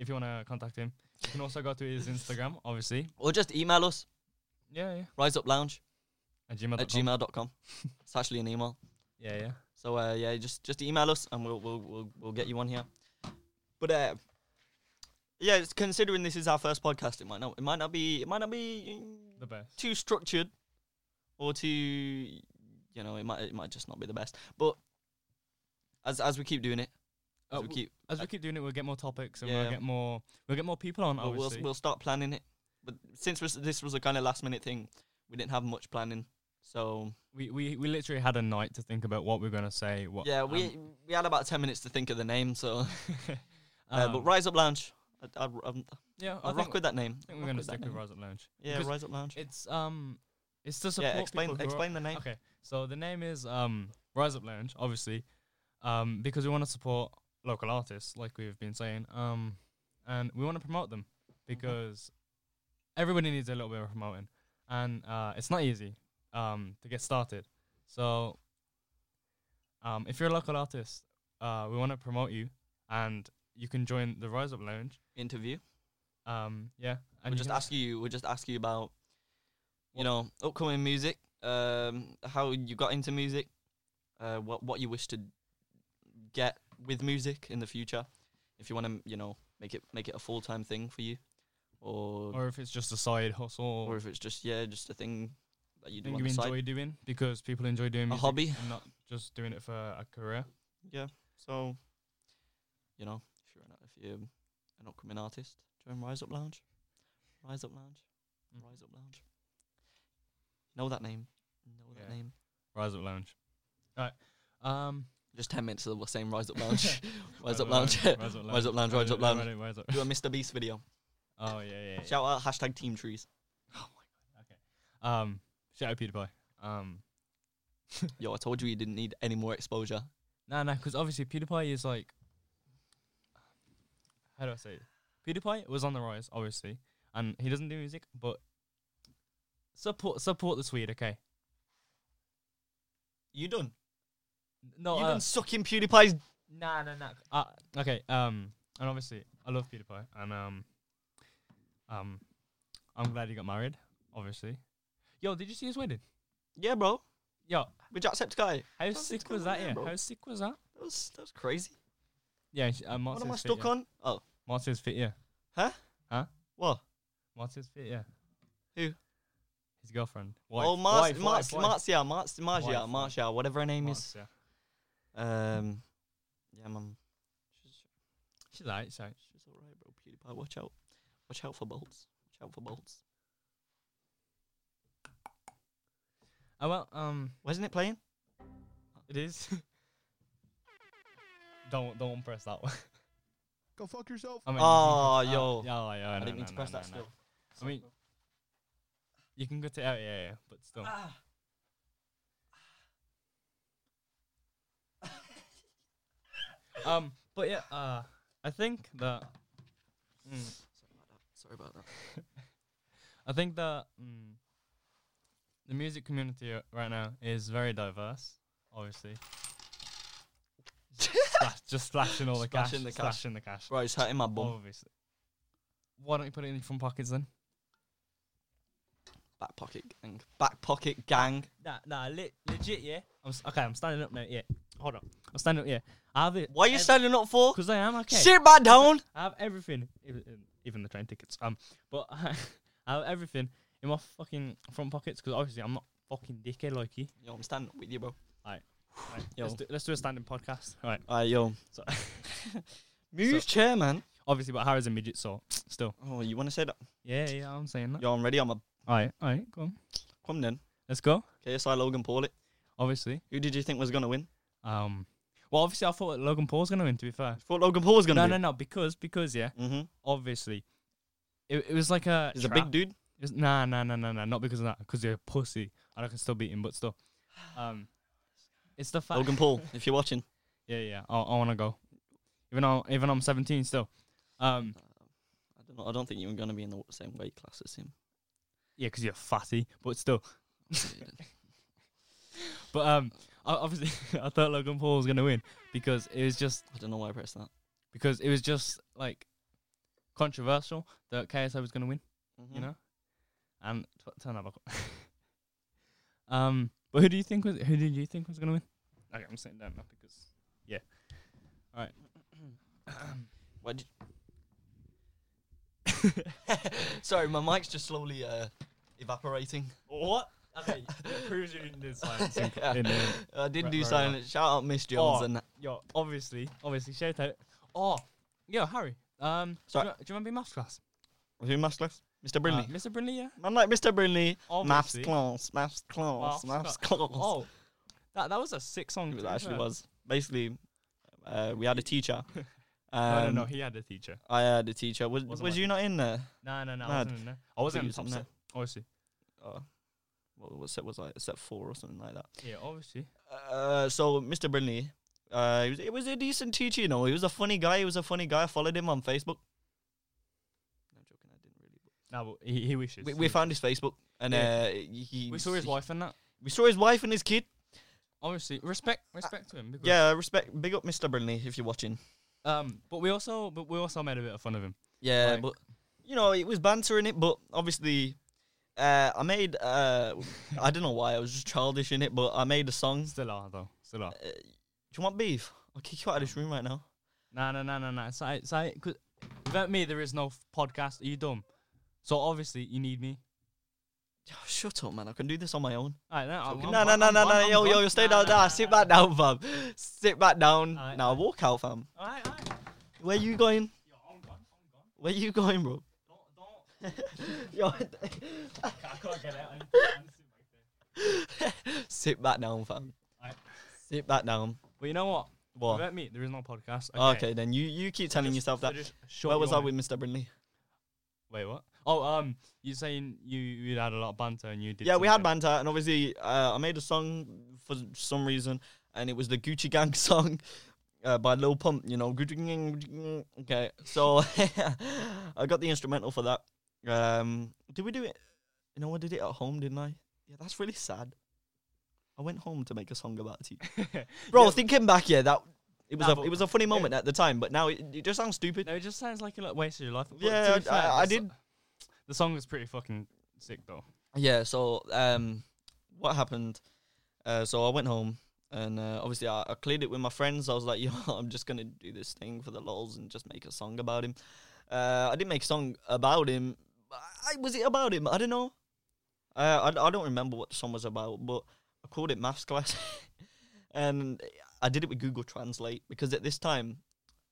C: if you want to contact him, you can also go to his Instagram, obviously.
B: Or just email us,
C: Yeah, yeah.
B: riseuplounge
C: At gmail.
B: at gmail.com. it's actually an email.
C: Yeah, yeah.
B: So uh, yeah, just just email us and we'll we'll we'll, we'll get you on here. But uh, yeah, it's considering this is our first podcast, it might not it might not be it might not be mm,
C: The best.
B: too structured or too you know, it might it might just not be the best. But as as we keep doing it, as
C: Uh,
B: we
C: w-
B: keep
C: As we keep doing it, we'll get more topics and
B: Yeah.
C: we'll get more. We'll get more people on.
B: uh, we'll, we'll
C: Obviously.
B: we'll start planning it. But since was- this was a kind of last minute thing, we didn't have much planning. So
C: we, we we literally had a night to think about what we're gonna say. What.
B: Yeah,
C: um,
B: we we had about ten minutes to think of the name. So, uh, but
C: um,
B: Rise Up Lounge, I'd, I'd, I'd,
C: Yeah, I
B: I'd rock
C: think,
B: with that
C: I
B: name.
C: think
B: I'd
C: we're
B: rock
C: gonna
B: that
C: stick with
B: name.
C: Rise Up Lounge.
B: Yeah,
C: because
B: Rise Up Lounge.
C: It's um, it's to support.
B: Yeah, explain
C: people who are-
B: explain the name.
C: Okay, so the name is um Rise Up Lounge, obviously, um because we want to support local artists, like we've been saying, um, and we want to promote them because everybody needs a little bit of promoting, and uh, it's not easy um to get started. So, um, if you're a local artist, uh, we want to promote you, and you can join the Rise Up Lounge.
B: Interview.
C: Um, yeah, and
B: We'll
C: you
B: just
C: can-
B: ask you. We'll just ask you about, you
C: What-
B: know, upcoming music. Um, how you got into music. Uh, what what you wish to get with music in the future, if you want to, you know, make it make it a full time thing for you, or, or
C: or if it's just a side hustle, or
B: if it's just yeah, just a thing that you do
C: thing
B: on
C: you
B: the
C: enjoy
B: side.
C: doing because people enjoy doing
B: A
C: music
B: hobby.
C: and not just doing it for a career.
B: Yeah. So, you know, if you're an, if you're an upcoming artist, join Rise Up Lounge. Rise Up Lounge.
C: Mm.
B: Rise Up Lounge. Know that name. Know that
C: Yeah.
B: name.
C: Rise up lounge. All right. Um,
B: Just ten minutes of us saying Rise Up Lounge. Rise Up Lounge.
C: Rise up lounge.
B: Rise up lounge, rise up lounge.
C: Rise up, rise up.
B: Do a Mr Beast video.
C: Oh yeah, yeah. yeah.
B: Shout out hashtag Team Trees.
C: Um, shout out PewDiePie. Um,
B: Yo, I told you you didn't need any more exposure.
C: nah, nah, because obviously PewDiePie is like, how do I say? It? PewDiePie was on the rise, obviously, and he doesn't do music, but support support the Swede, okay?
B: You done?
C: No,
B: you
C: uh,
B: done sucking PewDiePie's?
C: Nah, nah, nah. Uh, okay. Um, and obviously, I love PewDiePie, and um, um, I'm glad he got married. Obviously, yo, did you see his wedding?
B: Yeah, bro.
C: Yo,
B: With Jacksepticeye.
C: how
B: That's
C: sick
B: exactly
C: was
B: what
C: that?
B: I meant,
C: Yeah,
B: bro.
C: how sick was that?
B: That was that was crazy.
C: Yeah, she- uh,
B: what
C: Martin's
B: am I
C: fit,
B: stuck
C: yeah.
B: on? Oh,
C: Martin's fit, yeah.
B: what?
C: Martin's fit, yeah.
B: Who?
C: His girlfriend. Wife.
B: oh, Mar-
C: Wife,
B: Mar-
C: wife, wife.
B: Marcia, Mar- Marcia,
C: Wife, wife.
B: Marcia, whatever her name
C: Martz,
B: is.
C: yeah.
B: Um, yeah, mum. She's,
C: She's alright. She's alright.
B: she's all right, bro. PewDiePie, watch out, watch out for bolts, watch out for bolts.
C: Oh well. Um, Uh,
B: Wasn't it playing?
C: It is. don't don't press that one.
D: Go fuck yourself.
C: I mean,
B: Aw,
C: you can-
B: yo.
C: yeah, oh, yeah,
B: I
C: no, no,
B: didn't mean to
C: no,
B: press
C: no,
B: that
C: no.
B: still.
C: I mean, you can cut it out, yeah, yeah, but still.
B: Ah.
C: um, but yeah, uh, I think that, mm,
B: Sorry about that.
C: I think that mm, the music community uh, right now is very diverse. Obviously, Slash- just slashing all the cash,
B: Slashing the cash.
C: slashing the cash.
B: Bro, it's hurting my bum.
C: Obviously, why don't you put it in your front pockets then?
B: Back pocket gang. Back pocket gang.
C: Nah, nah, le- legit, yeah. I'm s- okay. I'm standing up now. Yeah, hold on. I'm standing up. Yeah, I have it.
B: What are you standing up for?
C: Because I am okay.
B: Sit back down.
C: I have everything, even, even the train tickets. Um, but I have everything in my fucking front pockets because obviously I'm not fucking dickhead like you.
B: Yo, I'm standing up with you, bro.
C: Right,
B: Yo.
C: let's, do, let's do a standing podcast. All right.
B: Alright, yo.
C: So
B: Move chair, man.
C: obviously, but Harry's a midget, so still.
B: Oh, you want to say that?
C: Yeah, yeah, I'm saying that.
B: Yo, I'm ready. I'm a
C: All right, all right, go on.
B: come then.
C: Let's go.
B: KSI Logan Paul. It.
C: Obviously.
B: Who did you think was gonna win?
C: Um. Well, obviously, I thought Logan Paul's gonna win. To be fair.
B: Thought Logan Paul was gonna.
C: No,
B: win.
C: no, no. Because because yeah,
B: Mm-hmm.
C: obviously, it, it was like a.
B: He's a
C: trap.
B: big dude.
C: It was, nah, nah, nah, nah, nah. Not because of that. Because you're a pussy, and I can still beat him, but still. Um, it's the fact.
B: Logan Paul, if you're watching.
C: Yeah, yeah. I, I want to go. Even though, even though I'm 17 still. Um,
B: I don't know. I don't think you were gonna be in the same weight class as him.
C: yeah, because you're fatty, but still. But um, I, obviously, I thought Logan Paul was gonna win because it was just
B: I don't know why I pressed that.
C: because it was just like controversial that KSI was gonna win,
B: Mm-hmm.
C: you know. And t- turn that back up. um, but who do you think was who did you think was gonna win? Okay, I'm sitting down now because yeah. All right.
B: Why did Sorry, my mic's just slowly uh, evaporating.
C: What? Okay, it proves you didn't do science. in- in, um,
B: Uh, I did
C: Right,
B: do
C: right,
B: silent. Shout out Miss Jones
C: Oh.
B: and that.
C: yo, obviously, obviously, shout out. Oh, yo, Harry. Um, do you,
B: Sorry.
C: do you remember maths class?
B: Who maths class? Mr.
C: Uh,
B: Brindley.
C: Mr. Brindley, yeah.
B: I'm like Mr. Brindley. Maths
C: Obviously.
B: class. Maths class.
C: Maths
B: Maths
C: cla-
B: class.
C: Oh, that that was a sick song.
B: It
C: to be
B: actually
C: fair.
B: was. Basically, uh, we had a teacher. Um,
C: No, no, no. He had a teacher.
B: I had a teacher. Was, was
C: Wasn't like
B: you not in there?
C: No, no, no. I
B: Mad.
C: wasn't in there. I wasn't in
B: you
C: the top
B: was in
C: set. Obviously.
B: Oh, what was it? Was like set four or something like that.
C: Yeah, obviously.
B: Uh, so Mr. Brindley, uh, he was, he was a decent teacher, you know. He was a funny guy. He was a funny guy. I followed him on Facebook. No, I'm joking. I didn't really.
C: No, but he, he wishes.
B: We, we found his Facebook, and
C: Yeah.
B: uh, he,
C: we saw his
B: he-
C: wife and that.
B: We saw his wife and his kid.
C: Obviously, respect, respect to him. Because,
B: Yeah, respect. Big up, Mr. Brindley, if you're watching.
C: Um, but we also, but we also made a bit of fun of him.
B: Yeah,
C: Like-
B: but you know, it was banter in it, but obviously. Uh, I made uh, I don't know why I was just childish in it, but I made a song.
C: Still are though. Still are.
B: Uh, do you want beef? I'll kick you out of this room right now.
C: No, no, no, no, no. It's alright, it's alright, 'cause without me, there is no f- podcast. Are you dumb? So obviously, you need me.
B: Oh, Shut up, man! I can do this on my own.
C: Alright, no, I'm,
B: No,
C: I'm gone,
B: no, no,
C: I'm
B: no,
C: gone,
B: no,
C: I'm
B: yo, yo,
C: gone.
B: yo, stay
C: Nah, nah,
B: down, nah,
C: nah,
B: sit
C: nah.
B: back down, fam. Sit back down.
C: Aight,
B: Now
C: aight.
B: walk out, fam.
C: Alright, alright.
B: Where you going?
C: Yo, I'm gone. I'm gone.
B: Where you going, bro?
C: Don't, don't.
B: Yo,
C: I can't get out. I need to- I need to sit back there.
B: sit back down, fam.
C: Aight.
B: Sit back down.
C: But you know what?
B: What? Oh,
C: Without me, there is no podcast.
B: Okay, then you you keep telling
C: Just-
B: yourself
C: so
B: that.
C: just shut
B: Where
C: your
B: was I
C: mouth.
B: with Mr. Brindley?
C: Wait, what? Oh, um, you saying you you had a lot of banter and you did.
B: Yeah, we had
C: something.
B: banter, and obviously uh, I made a song for some reason, and it was the Gucci Gang song uh, by Lil Pump. You know, Gucci Gang. Gucci Gang. Okay, so I got the instrumental for that. Um, did we do it? You know, I did it at home, didn't I? Yeah, that's really sad. I went home to make a song about it. Bro,
C: Yeah,
B: thinking back, yeah, that it was
C: Nah,
B: a
C: but-
B: it was a funny moment at the time, but now it, it just sounds stupid.
C: No, it just sounds like a lot waste of your life. But
B: Yeah,
C: to be
B: I-
C: fair,
B: I
C: the so-
B: did-
C: The song was pretty fucking sick though.
B: Yeah, so um, what happened? Uh, so I went home and uh, obviously I, I cleared it with my friends. I was like, yo, I'm just gonna do this thing for the lols and just make a song about him. Uh, I didn't make a song about him. I, was it about him? I don't know. Uh, I, I don't remember what the song was about, but I called it maths class, and I did it with Google Translate because at this time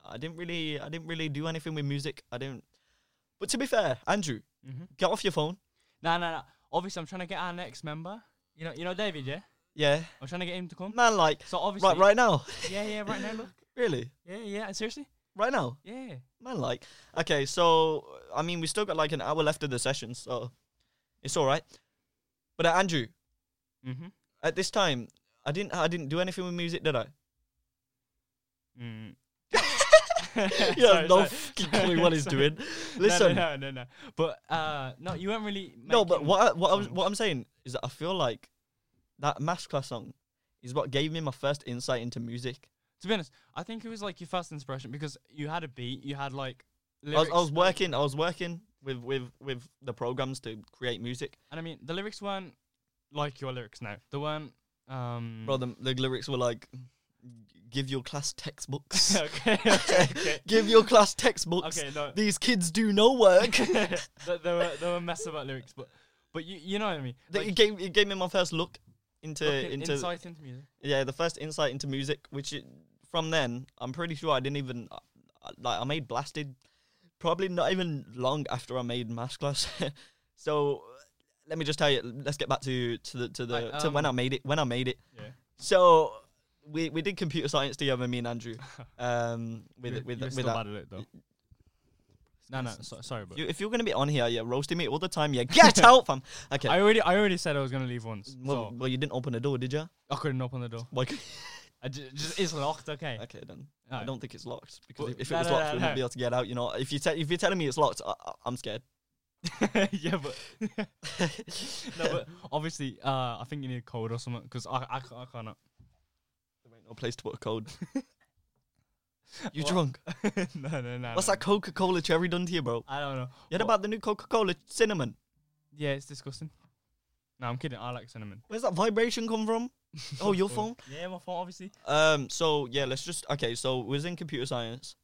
B: I didn't really I didn't really do anything with music. I didn't. But to be fair, Andrew,
C: Mm-hmm.
B: get off your phone.
C: No, no, no. Obviously, I'm trying to get our next member. You know, you know David, yeah.
B: Yeah,
C: I'm trying to get him to come.
B: man, like
C: So obviously,
B: right, right now,
C: Yeah, yeah, right now. Look,
B: really,
C: yeah, yeah. Seriously,
B: right now,
C: yeah.
B: man, like okay. So I mean, we still got like an hour left of the session, so it's all right. But uh, Andrew,
C: Mm-hmm.
B: at this time, I didn't, I didn't do anything with music, did I?
C: Mm.
B: He has no fucking clue what he's doing. Listen.
C: No, no, no, no. But uh, no, you weren't really.
B: No, but
C: making-
B: what I, what I was,
C: songs.
B: what I'm saying is that I feel like that masterclass song is what gave me my first insight into music.
C: To be honest, I think it was like your first inspiration because you had a beat, you had like.
B: I was,
C: Lyrics,
B: I was
C: like-
B: working, I was working with with with the programs to create music.
C: and I mean the lyrics weren't like your lyrics now. They weren't. Um,
B: Bro, the, the lyrics were like, "Give your class textbooks,
C: okay, okay, okay.
B: give your class textbooks.
C: Okay, no.
B: These kids do no work."
C: Th- there were there were mess about lyrics, but but you you know what I mean.
B: That it gave it gave me my first look into
C: fucking
B: uh, into
C: insight into music.
B: yeah the first insight into music which it, from then i'm pretty sure i didn't even uh, uh, like i made blasted probably not even long after i made masterclass so uh, let me just tell you let's get back to to the to the
C: Right,
B: to when i
C: um,
B: made it when i made it
C: Yeah.
B: so we we did computer science together me and andrew um with
C: You-
B: with
C: you were
B: with
C: still
B: that
C: bad at it though. No, no, so, sorry, but
B: you, if you're gonna be on here yeah roasting me all the time yeah get out fam okay
C: I already I already said I was gonna leave once,
B: well, well you didn't open the door did you
C: so I couldn't open the door.
B: like
C: I ju- just it's locked. Okay.
B: okay then I
C: Alright.
B: don't think it's locked because
C: Well,
B: if, if
C: no,
B: it was
C: no,
B: locked,
C: no,
B: we
C: no.
B: wouldn't be able to get out. You know, if you te- if you're telling me it's locked, I, I- I'm scared.
C: yeah, but no, but obviously, uh, I think you need a code or something because I I, ca- I cannot.
B: There ain't no place to put a code. you
C: What?
B: drunk?
C: no, no, no.
B: What's
C: no.
B: that Coca-Cola cherry done to you, bro?
C: I don't know.
B: You
C: What-
B: heard about the new Coca-Cola cinnamon?
C: Yeah, it's disgusting. No, I'm kidding. I like cinnamon.
B: Where's that vibration come from? oh, your phone.
C: Yeah, my phone, obviously.
B: Um. So yeah, let's just okay. So we was in computer science,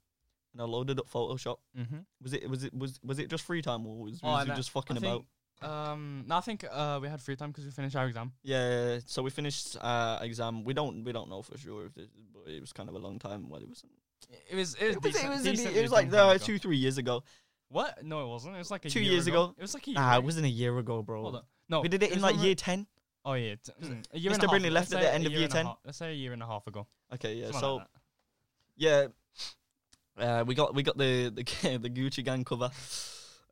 B: and I loaded up Photoshop.
C: Mm-hmm.
B: Was it was it was was it just free time or was,
C: Oh,
B: was
C: and
B: it
C: I-
B: just fucking
C: I think-
B: about?
C: Um, no, I think uh we had free time because we finished our exam.
B: Yeah, so we finished uh exam. We don't we don't know for sure if it, but it was kind of a long time. Well, it was
C: It was it was
B: It was, it
C: decent-
B: was, in the-
C: decently
B: it was like
C: done time
B: uh,
C: ago.
B: two, three years ago.
C: What? No, it wasn't. It was like a
B: Two
C: year
B: years
C: ago.
B: ago.
C: It was like a year.
B: Ah, it
C: ago.
B: wasn't a year ago, bro.
C: Hold on. No,
B: We did it in
C: was
B: like
C: over-
B: year 10.
C: Oh yeah, t- a year and
B: Mr.
C: a half.
B: Brindley
C: let's
B: left at
C: say
B: the end
C: a
B: of year
C: and a
B: 10.
C: half- Let's say a year and a half ago.
B: Okay, yeah.
C: Something
B: so,
C: like that.
B: yeah. Uh, we got we got the the, g- the Gucci Gang cover.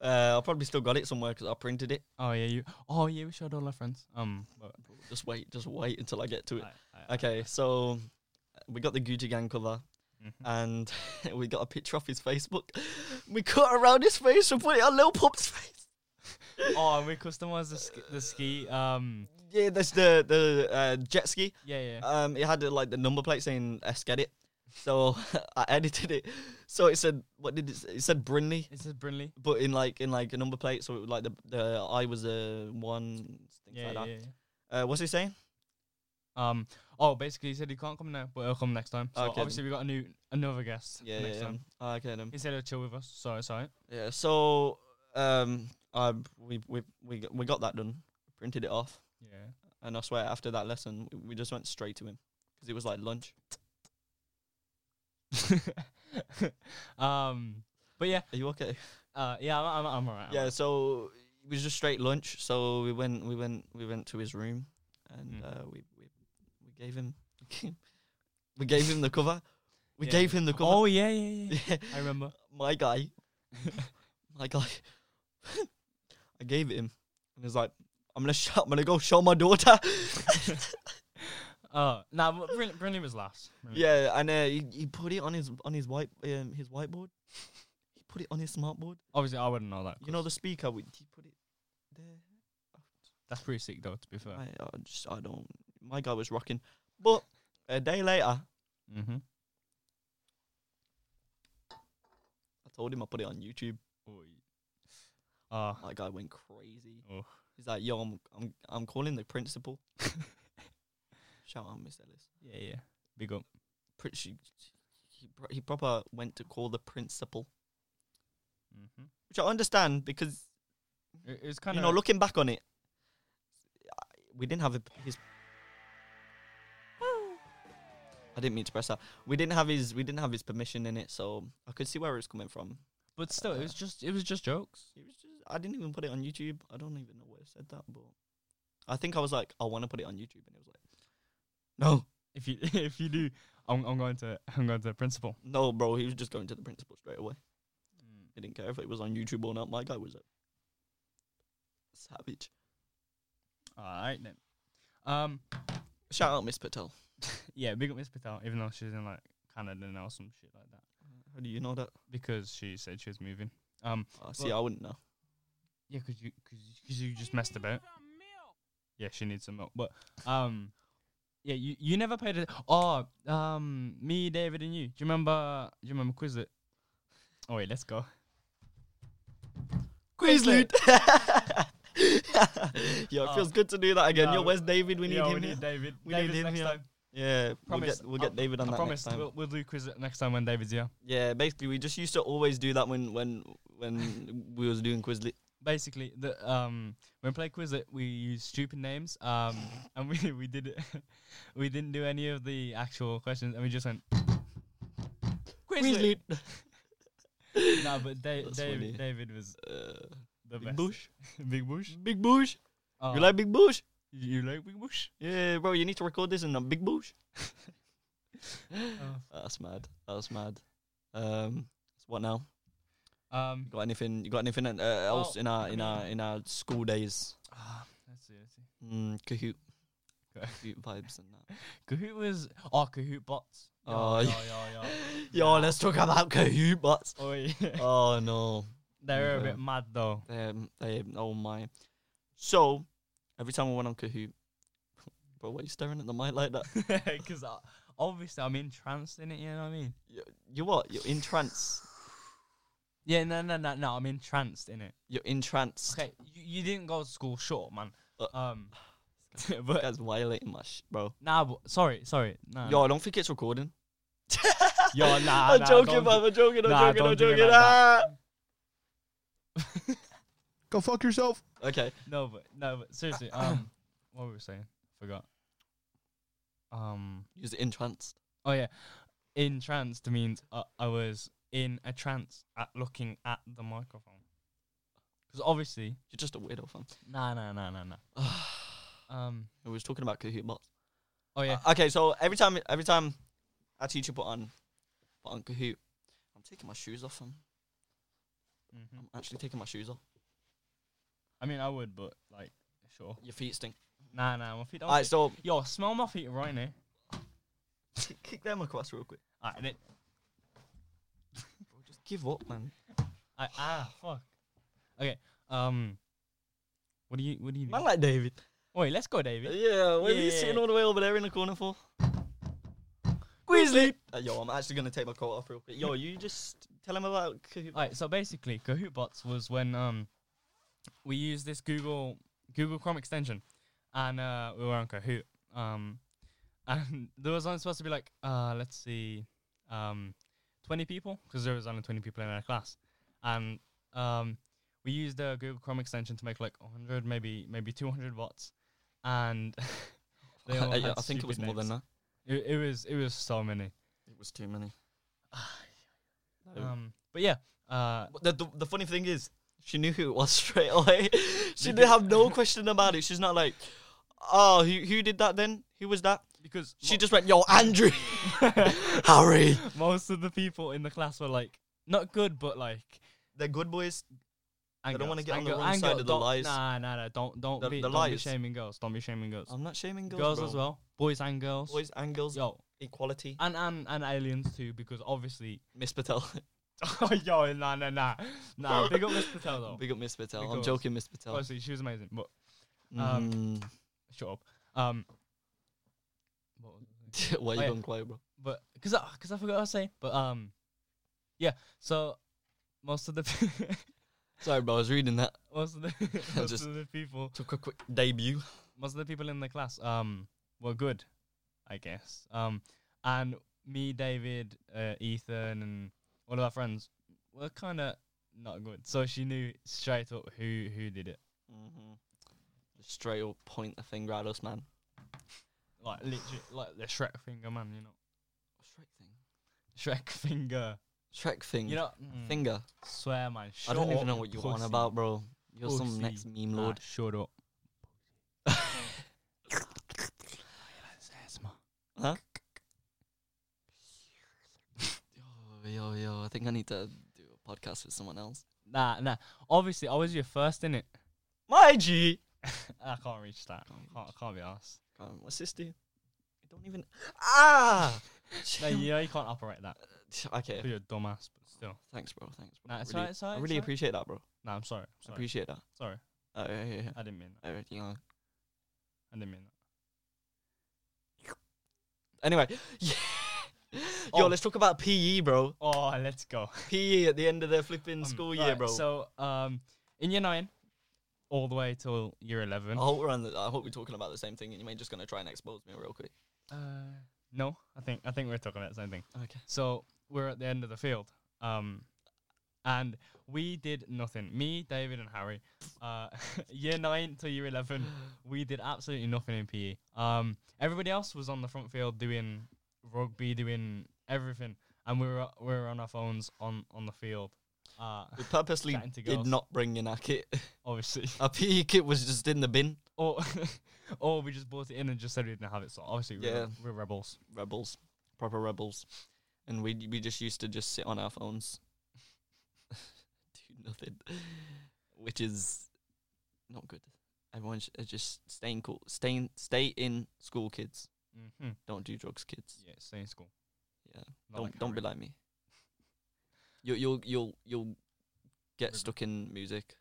B: Uh, I probably still got it somewhere because I printed it.
C: oh yeah, you. Oh yeah, we showed all our friends. Um, but,
B: Just wait, just wait until I get to it.
C: I- I- I-
B: Okay, so we got the Gucci Gang cover
C: Mhm.
B: Mm-hmm. and we got a picture off his Facebook. We cut around his face and put it on Lil Pump's face.
C: oh, and we customized the ski, the ski. Um,
B: Yeah, that's the the uh, jet ski.
C: yeah, yeah.
B: Um, it had uh, like the number plate saying "S get it," so I edited it. So it said, "What did it? Say? It said Brinley,
C: it says Brindley.
B: but in like in like a number plate. So it was like the the I was a one. Things
C: Yeah,
B: like
C: yeah,
B: that.
C: yeah.
B: Uh, what's he saying?
C: Um. Oh, basically, he said he can't come now, but he'll come next time. So
B: Okay.
C: obviously, we got a new another guest.
B: Yeah,
C: next
B: yeah.
C: time.
B: yeah. Okay, then.
C: He said he'll chill with us. So it's alright.
B: Yeah. So um, I we we we got, we got that done. Printed it off,
C: Yeah.
B: and I swear after that lesson, we- we just went straight to him because it was like lunch.
C: um. But yeah,
B: Are you okay?
C: uh, yeah, I'm, I'm, I'm alright. I'm
B: yeah
C: alright.
B: so it was just straight lunch so we went we went we went to his room and
C: Mm.
B: uh, we, we we gave him we gave him the cover we
C: Yeah.
B: gave him the cover
C: Oh yeah, yeah, yeah.
B: Yeah,
C: I remember.
B: my guy my guy i gave it him and he's like i'm gonna sh- i'm gonna go show my daughter
C: Uh, nah, but Brin- Brinley was last. Brinley.
B: yeah and uh, he, he put it on his on his white um, his whiteboard he put it on his smartboard
C: Obviously, I wouldn't know that.
B: you know the speaker we, he put it there
C: That's pretty sick, though. To be fair.
B: I, I just I don't. My guy was rocking, but a day later, I
C: Mm-hmm.
B: told him I put it on YouTube.
C: Uh,
B: My guy went crazy.
C: Oh.
B: He's like, "Yo, I'm I'm I'm calling the principal." Shout out, Miss Ellis.
C: yeah, yeah. Big up.
B: Prin- she, he pro- he proper went to call the principal,
C: Mm-hmm.
B: which I understand because
C: It, it was kind
B: you
C: of
B: know, looking back on it, I- we didn't have a, his. I didn't mean to press that. We didn't have his. We didn't have his permission in it, so I could see where it was coming from.
C: but still, it was
B: uh,
C: just it was just jokes.
B: It was just I didn't even put it on YouTube. I don't even know where I said that, but I think I was like, I want to put it on YouTube, and it was like, No,
C: If you if you do, I'm I'm going to I'm going to principal.
B: no, bro. He was just going to the principal straight away. He didn't care if it was on YouTube or not. My guy was a savage.
C: All right then. Um,
B: Shout out Miss Patel.
C: yeah, big up Miss Patel, even though she's in like Canada now, or some shit like that,
B: How do you know that?
C: because she said she was moving. Um,
B: Oh, see, I wouldn't know.
C: yeah, cause you cause, you- cause you just messed about. Yeah, she needs some milk, but um, yeah, you you never paid it. Oh, um, me, David, and you. Do you remember? Do you remember Quizlet? Oh wait, let's go.
B: Quizlet. yeah, it
C: Oh.
B: feels good to do that again.
C: Yeah,
B: Yo, where's David? We need
C: Yeah,
B: him.
C: We
B: here.
C: need David.
B: We need
C: David's
B: him
C: next
B: here.
C: time.
B: Yeah,
C: Promise.
B: we'll get we'll get David on
C: I
B: that
C: promise.
B: next time.
C: We'll, we'll do Quizlet next time when David's here.
B: Yeah, basically we just used to always do that when when when we was doing Quizlet.
C: basically the um when we play Quizlet we use stupid names um and we we did it we didn't do any of the actual questions and we just went Quizlet. no but da-
B: That's funny.
C: David David was
B: Uh,
C: the
B: Big
C: best
B: Bush?
C: big bush
B: Big Bush.
C: uh,
B: You like Big Bush?
C: you like big bush
B: Yeah, bro. You need to record this in a Big Bush.
C: Oh.
B: That's mad. That's mad. Um, so what now?
C: um
B: You got anything? You got anything uh, else in our in our in our school days?
C: ah, let's see let's see
B: Mm, Kahoot.
C: Okay.
B: Kahoot vibes and that.
C: Kahoot was oh Kahoot bots
B: Oh,
C: yo, yo,
B: yeah.
C: yo, yo.
B: Yo, let's talk about Kahoot bots.
C: Oh, yeah.
B: Oh no.
C: they were a
B: okay.
C: bit mad though
B: Um, they, oh my. So, every time I went on Kahoot, bro, why are you staring at the mic like that?
C: because uh, obviously I'm entranced in it you know what I mean
B: You, you what? You're in trance.
C: Yeah, no, no, no, no. I'm entranced in it.
B: You're in trance.
C: Okay, you, you didn't go to school, shut up, man.
B: Uh,
C: um,
B: That
C: but
B: guy's violating my sh- bro.
C: nah, but, sorry, sorry, nah.
B: Yo, I don't think it's recording.
C: yo, nah, nah.
B: I'm joking,
C: don't
B: man. I'm joking. I'm
C: nah,
B: joking. I'm
C: don't do it
B: joking.
C: like
B: ah!
C: that.
D: Go fuck yourself.
B: Okay.
C: do- No, but no, but seriously, um, what were we saying? Forgot. Um,
B: Use in trance.
C: oh yeah, entranced means uh, I was in a trance at looking at the microphone. Because obviously,
B: You're just a weirdo, fam.
C: nah, nah, nah, nah, nah. Um,
B: We was talking about Kahoot bots.
C: oh yeah,
B: Uh, okay, so every time every time our teacher put on put on Kahoot, I'm taking my shoes off. fam.
C: hmm
B: I'm actually taking my shoes off.
C: I mean, I would, but like, sure.
B: Your feet stink.
C: Nah, nah, my feet don't.
B: Alright, so
C: Yo, smell my feet right now.
B: kick them across real quick.
C: Alright, and it-
B: Bro, just give up, man.
C: I, ah, fuck. Okay, um, what do you, what do you?
B: Man like David.
C: Wait, let's go, David.
B: Yeah, what are you
C: Yeah.
B: sitting all the way over there in the corner for? Quizly. Uh, yo, I'm actually gonna take my coat off real quick. Yo, you just tell him about. Kahoot.
C: Alright, so basically, Kahoot Bots was when um, we used this Google Google Chrome extension, and uh, we were on Kahoot. Um, and there was only supposed to be like, uh, let's see, um, twenty people because there was only twenty people in our class, and um, we used the Google Chrome extension to make like hundred, maybe maybe two hundred bots, and they all
B: I,
C: had
B: Uh, I think it was
C: stupid
B: more than
C: names.
B: that.
C: It, it was it was so many.
B: It was too many. No.
C: Um, but yeah, uh,
B: But the, the the funny thing is, she knew who it was straight away. she didn't have no question about it. She's not like, oh, who who did that then? Who was that?
C: because
B: She just went, yo, Andrew, Harry.
C: most of the people in the class were like not good, but like
B: They're good boys.
C: and
B: don't wanna
C: girls,
B: get on
C: and
B: the
C: girl-
B: wrong
C: and
B: side
C: girl-
B: of the
C: don't-
B: lies.
C: Nah, nah, nah. Don't don't
B: The-
C: be
B: the
C: don't be
B: lies.
C: shaming girls. Don't be shaming girls.
B: I'm not shaming girls.
C: girls
B: bro.
C: as well, boys and girls.
B: Boys and girls.
C: Yo,
B: Equality.
C: and and and aliens too, because obviously.
B: Miss Patel.
C: oh, yo, nah, nah, nah, nah. Big up Miss Patel though.
B: Big up Miss Patel. I'm
C: Because-
B: joking, Miss Patel.
C: Honestly, she was amazing. But um,
B: Um,
C: shut up. Um, what was I saying?
B: Why are you
C: oh, yeah.
B: going quiet, bro?
C: but because I, cause I forgot what I was saying. But um, yeah. So most of the pe-
B: Sorry, bro. I was reading that.
C: most of the most
B: just-
C: of the people
B: Took a quick debut.
C: most of the people in the class um were good, I guess. Um, and me, David, uh, Ethan, and all of our friends were kind of not good. So she knew straight up who who did it.
B: Mm-hmm. Straight up point the finger at us, man.
C: Like literally, like the Shrek finger man, you know,
B: Shrek thing.
C: Shrek finger.
B: Shrek thing.
C: You know, mm,
B: finger.
C: swear man.
B: I don't
C: shut
B: even
C: up,
B: know what you're on
C: pussy.
B: about, bro. You're some next
C: Pussy.
B: meme
C: Nah,
B: lord.
C: shut up.
B: Huh? yo, yo, yo. I think I need to do a podcast with someone else.
C: Nah, nah. Obviously, I was your first in it.
B: My G.
C: I can't reach that.
B: Can't
C: I can't, I can't be asked.
B: Um, what's this do? I don't even. Ah!
C: No, you know you can't operate that.
B: okay.
C: You're a dumbass, but still.
B: Thanks, bro. Thanks, bro.
C: Nah, it's
B: really,
C: alright, it's alright.
B: I
C: it's
B: really
C: alright.
B: appreciate that, bro.
C: Nah, I'm sorry. I'm
B: I
C: sorry.
B: appreciate that.
C: sorry.
B: Oh, yeah, yeah, yeah.
C: I didn't mean that.
B: Everything else.
C: I didn't mean that.
B: Anyway, yeah. yo,
C: Oh.
B: let's talk about PE, bro.
C: Oh, let's go.
B: PE at the end of the flipping
C: Um,
B: school
C: right,
B: year, bro.
C: So, um, in year nine, all the way till year eleven.
B: I hope we're on the, I hope we're talking about the same thing, and you may just gonna try and expose me real quick.
C: Uh, no, I think I think we're talking about the same thing.
B: Okay.
C: So we're at the end of the field, um, and we did nothing. Me, David, and Harry, uh, year nine to year eleven, we did absolutely nothing in PE. Um, everybody else was on the front field doing rugby, doing everything, and we were we were on our phones on on the field. Uh,
B: We purposely
C: Chatting to
B: did
C: girls.
B: not bring in our kit.
C: obviously,
B: Our PE kit was just in the bin.
C: or or we just bought it in and just said we didn't have it. So obviously, we're,
B: Yeah.
C: we're rebels.
B: Rebels, proper rebels, and we we just used to just sit on our phones, do nothing, which is not good. Everyone sh- uh, just staying cool, staying stay in school, kids.
C: Mm-hmm.
B: Don't do drugs, kids.
C: Yeah, stay in school.
B: Yeah.
C: Not
B: don't
C: like
B: don't be
C: Harry.
B: like me. You you'll you'll you'll get
C: Rebel.
B: stuck in music,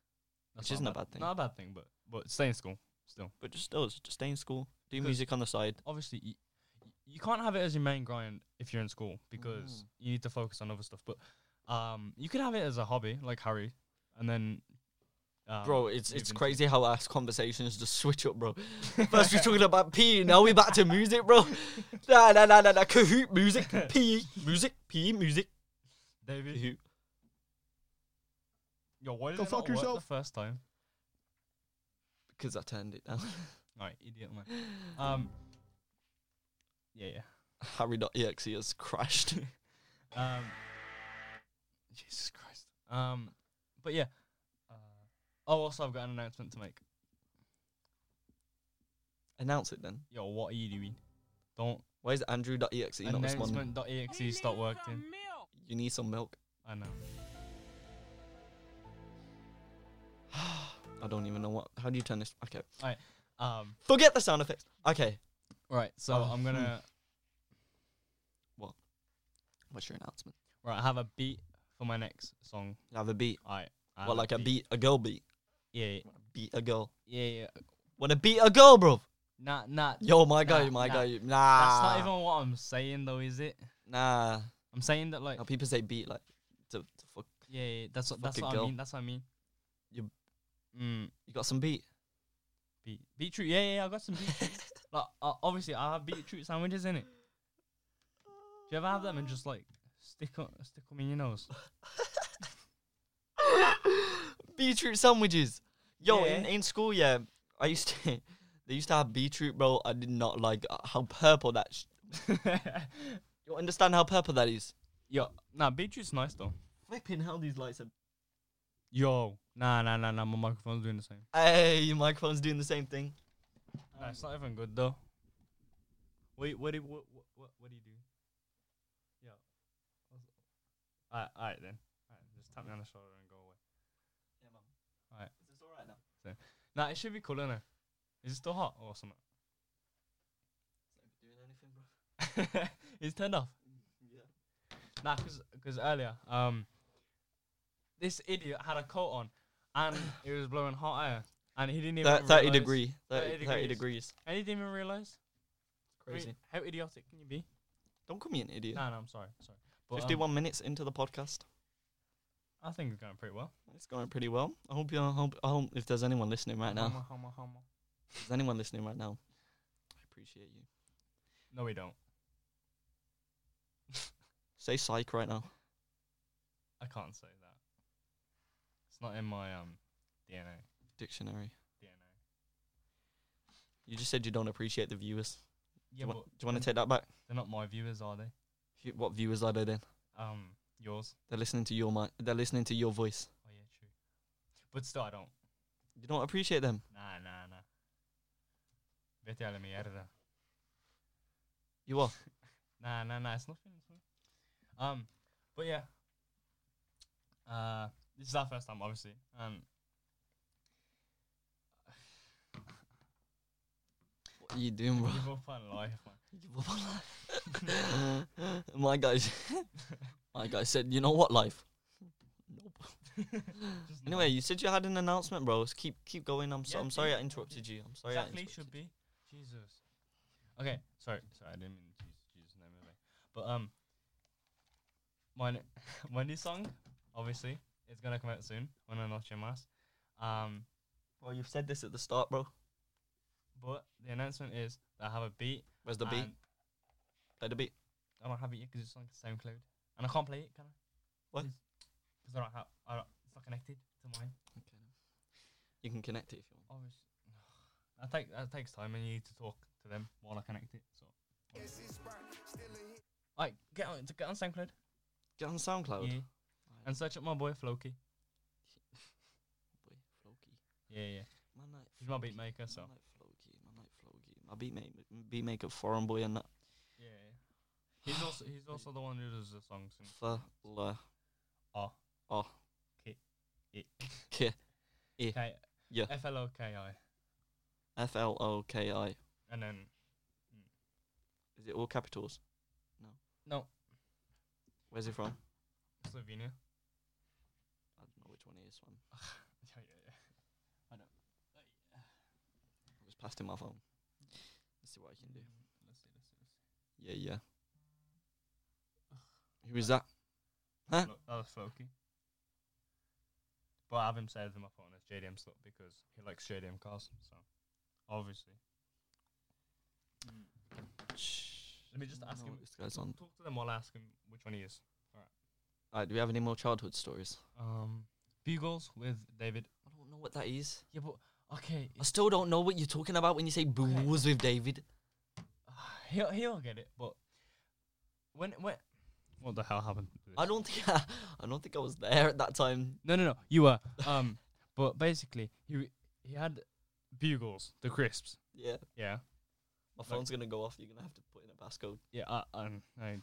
C: That's
B: which isn't
C: not
B: a bad thing.
C: Not a bad thing, but but stay in school still.
B: but just still just stay in school, do
C: 'Cause-
B: music on the side.
C: Obviously, you, you can't have it as your main grind if you're in school because
B: Mm.
C: you need to focus on other stuff. But um, you could have it as a hobby, like Harry, and then. Um,
B: Bro, it's
C: move
B: it's
C: into-
B: crazy how our conversations just switch up, bro. First we're talking about PE, now we're back to music, bro. Nah, nah, nah, nah, nah. Kahoot music, PE music, PE music.
C: David,
B: Kahoot.
C: yo, why did
D: Go
C: it not
D: fuck
C: work
D: yourself.
C: the first time?
B: Because I turned it down.
C: Right, idiot man. Um, yeah, yeah.
B: Harry.exe has crashed.
C: Um, Jesus Christ. Um, but yeah. Uh, oh, also, I've got an announcement to make.
B: Announce it then.
C: Yo, what are you doing? Don't
B: Why is Andrew.exe not responding?
C: announcement.exe stop working.
B: You need some milk.
C: I know.
B: I don't even know what. How do you turn this? Okay.
C: Um,
B: Forget the sound effects. Okay.
C: right, so
B: Oh,
C: I'm gonna
B: What's your announcement?
C: right. I have a beat for my next song.
B: You have a beat.
C: I, I have
B: What, like a beat, a girl beat?
C: Yeah,
B: Beat a girl.
C: yeah, yeah.
B: Wanna beat a girl, bro?
C: Nah, nah.
B: Yo, Ah. my guy,
C: Nah,
B: my
C: nah.
B: guy.
C: That's
B: Nah.
C: not even what I'm saying, though, is it?
B: Nah.
C: I'm saying that like,
B: Now people say beat like to, to fuck.
C: yeah, yeah that's what that's
B: fucking
C: what I
B: girl.
C: mean. That's what I mean.
B: You-
C: mm,
B: You got some beat.
C: beat beetroot. Yeah, yeah, yeah, I got some beetroot. like, uh, obviously, I have beetroot sandwiches in it. Do you ever have them and just like stick on, stick them in your nose?
B: beetroot sandwiches. Yo, in,
C: Yeah.
B: in school, yeah, I used to. they used to have beetroot, bro. I did not like uh, how purple that. Sh- you understand how purple that is?
C: Yo, nah, beetroot's nice though.
B: Flipping hell, these lights are.
C: Yo, nah, nah, nah, nah. My microphone's doing the same.
B: Hey, your microphone's doing the same thing.
C: Nah, it's not even good though. Um, Wait, what do what what what, what do you do? Yeah. Alright, alright then. Alright, just tap me on the shoulder and go away.
B: Yeah, man.
C: Alright.
B: Is this alright now?
C: Nah, it should be cooler now. Is it still hot or something?
B: It's not doing anything, bro.
C: it's turned off.
B: Yeah.
C: Nah, cause 'cause earlier, um, this idiot had a coat on, and it was blowing hot air, and he didn't even
B: Thir- thirty
C: realise-
B: degree. 30,
C: 30
B: 30 degrees.
C: degrees. and he didn't even realize. I mean,
B: Crazy.
C: How idiotic can you be?
B: Don't call me an idiot.
C: Nah, no, I'm sorry, sorry. But, um,
B: Fifty-one minutes into the podcast.
C: I think it's going pretty well.
B: It's going pretty well. I hope you. I hope, I hope if there's anyone listening right now,
C: Homo, homo, homo.
B: if there's anyone listening right now, I appreciate you.
C: No, we don't.
B: Say psych right now.
C: I can't say that. It's not in my um DNA.
B: Dictionary.
C: DNA.
B: You just said you don't appreciate the viewers.
C: Yeah,
B: do you,
C: but
B: want, do you want
C: then
B: to take that back?
C: they're not my viewers, are they?
B: Who- What viewers are they then?
C: Um, yours.
B: They're listening to your mic. They're listening to your voice.
C: Oh yeah, true. But still, I don't.
B: You don't appreciate them.
C: Nah, nah, nah. Vete a la mierda.
B: You are.
C: Nah, nah, nah. It's nothing. It's nothing. Um, but yeah. Uh, this is our first time, obviously. Um,
B: What are you doing, bro?
C: we both plan life, man.
B: my guys, my guy said, "You know what, life."
C: Just
B: Anyway, you said you had an announcement, bro. So keep keep going. I'm so,
C: Yeah,
B: I'm sorry I
C: please,
B: interrupted
C: please.
B: you. I'm sorry. I
C: exactly
B: interrupted
C: should be Jesus. Okay, sorry, sorry, I didn't mean Jesus. Jesus name away. But um, my n- my new song, obviously, it's gonna come out soon when I lost your mask. Um,
B: you. Well, you've said this at the start, bro.
C: but the announcement is that I have a beat.
B: Where's the beat?
C: and
B: Play the beat.
C: I don't have it yet because it's on SoundCloud, and I can't play it, can I?
B: What?
C: Because I don't have. I don't, it's not connected to mine.
B: You can connect it if you want.
C: Obviously, that take that takes time, and you need to talk to them while I connect it. So, like, get on to get on SoundCloud.
B: Get on SoundCloud.
C: Yeah. And search up my boy Floki.
B: Boy, Floki.
C: Yeah, yeah.
B: Man like
C: He's my
B: Floki,
C: beat maker, so.
B: Man like Floki. Man like Floki. My beat maker, beat maker, foreign boy, and that.
C: Yeah, yeah. He's also he's also the one who does the songs and
B: Fla.
C: Ah.
B: Ah.
C: K. I.
B: K.
C: K.
B: Yeah.
C: F L O K I.
B: F L O K I.
C: And then
B: Is it all capitals?
C: no
B: Where's he from?
C: Slovenia.
B: I don't know which one he is from.
C: Yeah, yeah, yeah.
B: I was passed him my phone. Let's see what I can do.
C: Let's see, let's see. Let's see.
B: Yeah, yeah. Who is that? Huh?
C: Flo- that was Floki. But I have him saved in my phone as JDM slot because he likes JDM cars. So obviously, Let me just ask him-
B: This guy's on.
C: talk to them while I ask him which one he is.
B: Alright, do we have any more childhood stories?
C: Um, Bugles with David.
B: I don't know what that is.
C: Yeah, but okay,
B: I still don't know what you're talking about when you say booze with David.
C: he'll he'll get it. But when when what the hell happened? to
B: I
C: this?
B: don't think I, don't think I was there at that time.
C: No, no, no. You were. Um, but basically, he he had bugles, the crisps.
B: Yeah,
C: Yeah,
B: my
C: Like-
B: phone's gonna go off. You're gonna have to put in a passcode.
C: yeah. I, um, I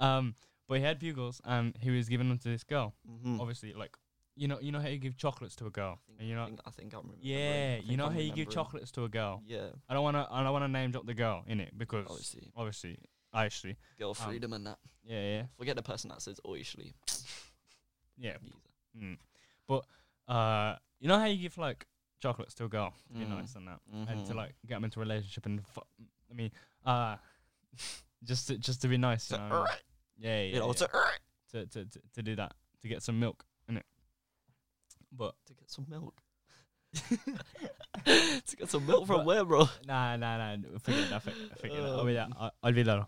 C: um, but he had bugles, and he was giving them to this girl.
B: Mm-hmm.
C: Obviously, like you know, you know how you give chocolates to a girl, and you
B: I
C: know,
B: think, I think I'm remembering.
C: yeah,
B: I
C: you
B: think
C: know
B: I'm
C: how you give
B: remembering.
C: chocolates to a girl.
B: Yeah,
C: I don't wanna, I don't wanna name drop the girl in it because obviously,
B: obviously,
C: I actually,
B: girl freedom and that.
C: yeah, yeah,
B: Forget the person that says oishly.
C: yeah. mm. Uh, you know how you give like chocolates to a girl to be
B: Mm.
C: nice and that, and to like get them into a relationship and fu- I mean, uh, just to, just to be nice, you know, what I mean? yeah, yeah,
B: you know,
C: yeah.
B: to, to
C: To, to to to do that to get some milk in it, but
B: get some milk. to get some milk from where, bro?
C: nah, nah, nah, n- forget that, forget, forget that. I'll
B: Um,
C: be that, I'll, I'll be that.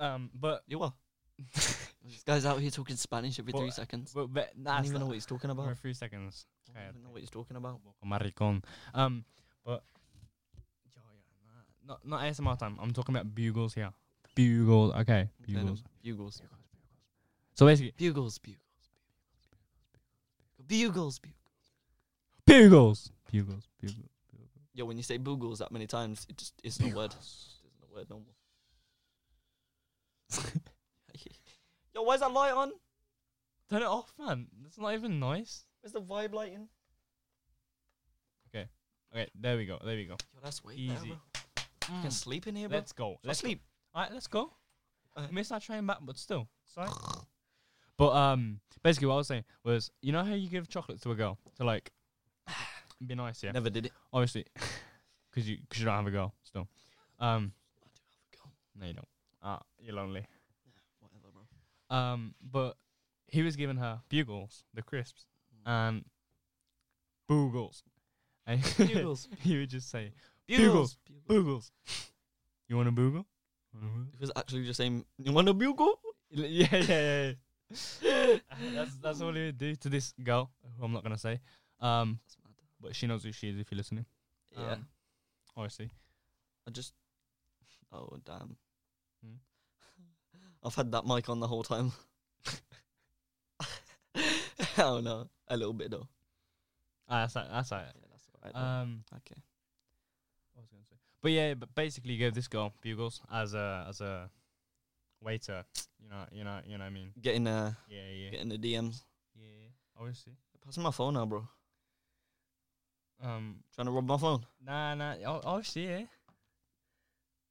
C: Um, but
B: You are. this guy's out here talking Spanish every
C: But-
B: three seconds.
C: but, but
B: I
C: nah,
B: don't even know what he's talking about.
C: for three seconds.
B: I
C: Okay,
B: don't even know what he's talking about.
C: Maricon. Um, but yeah, yeah, nah, not not ASMR time. I'm talking about bugles here. Bugles, okay,
B: Venom.
C: bugles.
B: Bugles.
C: So basically,
B: Bugles. Bugles. Bugles. Bugles.
C: bugles, bugles, bugles.
B: Yo, when you say bugles that many times, it just isn't a word. It isn't a word no more. Yo, where's that light on?
C: Turn it off, man. That's not even nice.
B: Where's the vibe lighting?
C: Okay, there we go. There we go.
B: Yo, that's way better,
C: Easy. Mm.
B: bro. You can sleep in here, bro.
C: Let's go.
B: Let's
C: Let's
B: sleep.
C: All right, let's go.
B: Okay.
C: We missed our train back, but still, sorry. but um, basically, what I was saying was, you know how you give chocolates to a girl to like be nice, yeah.
B: Never did it.
C: Obviously, because you cause you don't have a girl still. Um,
B: I do have a girl.
C: no, you don't. Ah, you're lonely.
B: Whatever, bro.
C: Um, but he was giving her bugles, the crisps,
B: Mm.
C: and boogles, and
B: Bugles.
C: he would just say
B: Bugles.
C: boogles.
B: Bugles.
C: You want a boogle? Want a boogle?
B: He was actually just saying, "You want a bugle?"
C: L- yeah, yeah, yeah. yeah. that's that's all he would do to this girl, who I'm not gonna say. Um,
B: That's mad.
C: but she knows who she is if you're listening.
B: Yeah.
C: Um, obviously.
B: I just. Oh damn.
C: Hmm?
B: I've had that mic on the whole time. oh no, a little bit though.
C: Ah, that's all- that's all right.
B: Yeah, that's alright.
C: Um,
B: okay.
C: what was I gonna say? But yeah, but basically, you gave this girl bugles as a as a waiter. You know, you know, you know. What I mean,
B: Getting uh,
C: yeah, yeah,
B: getting the DMs.
C: yeah. Obviously.
B: Pass me my phone now, bro.
C: Um.
B: Trying to rob my phone.
C: Nah, nah. o- Obviously, yeah.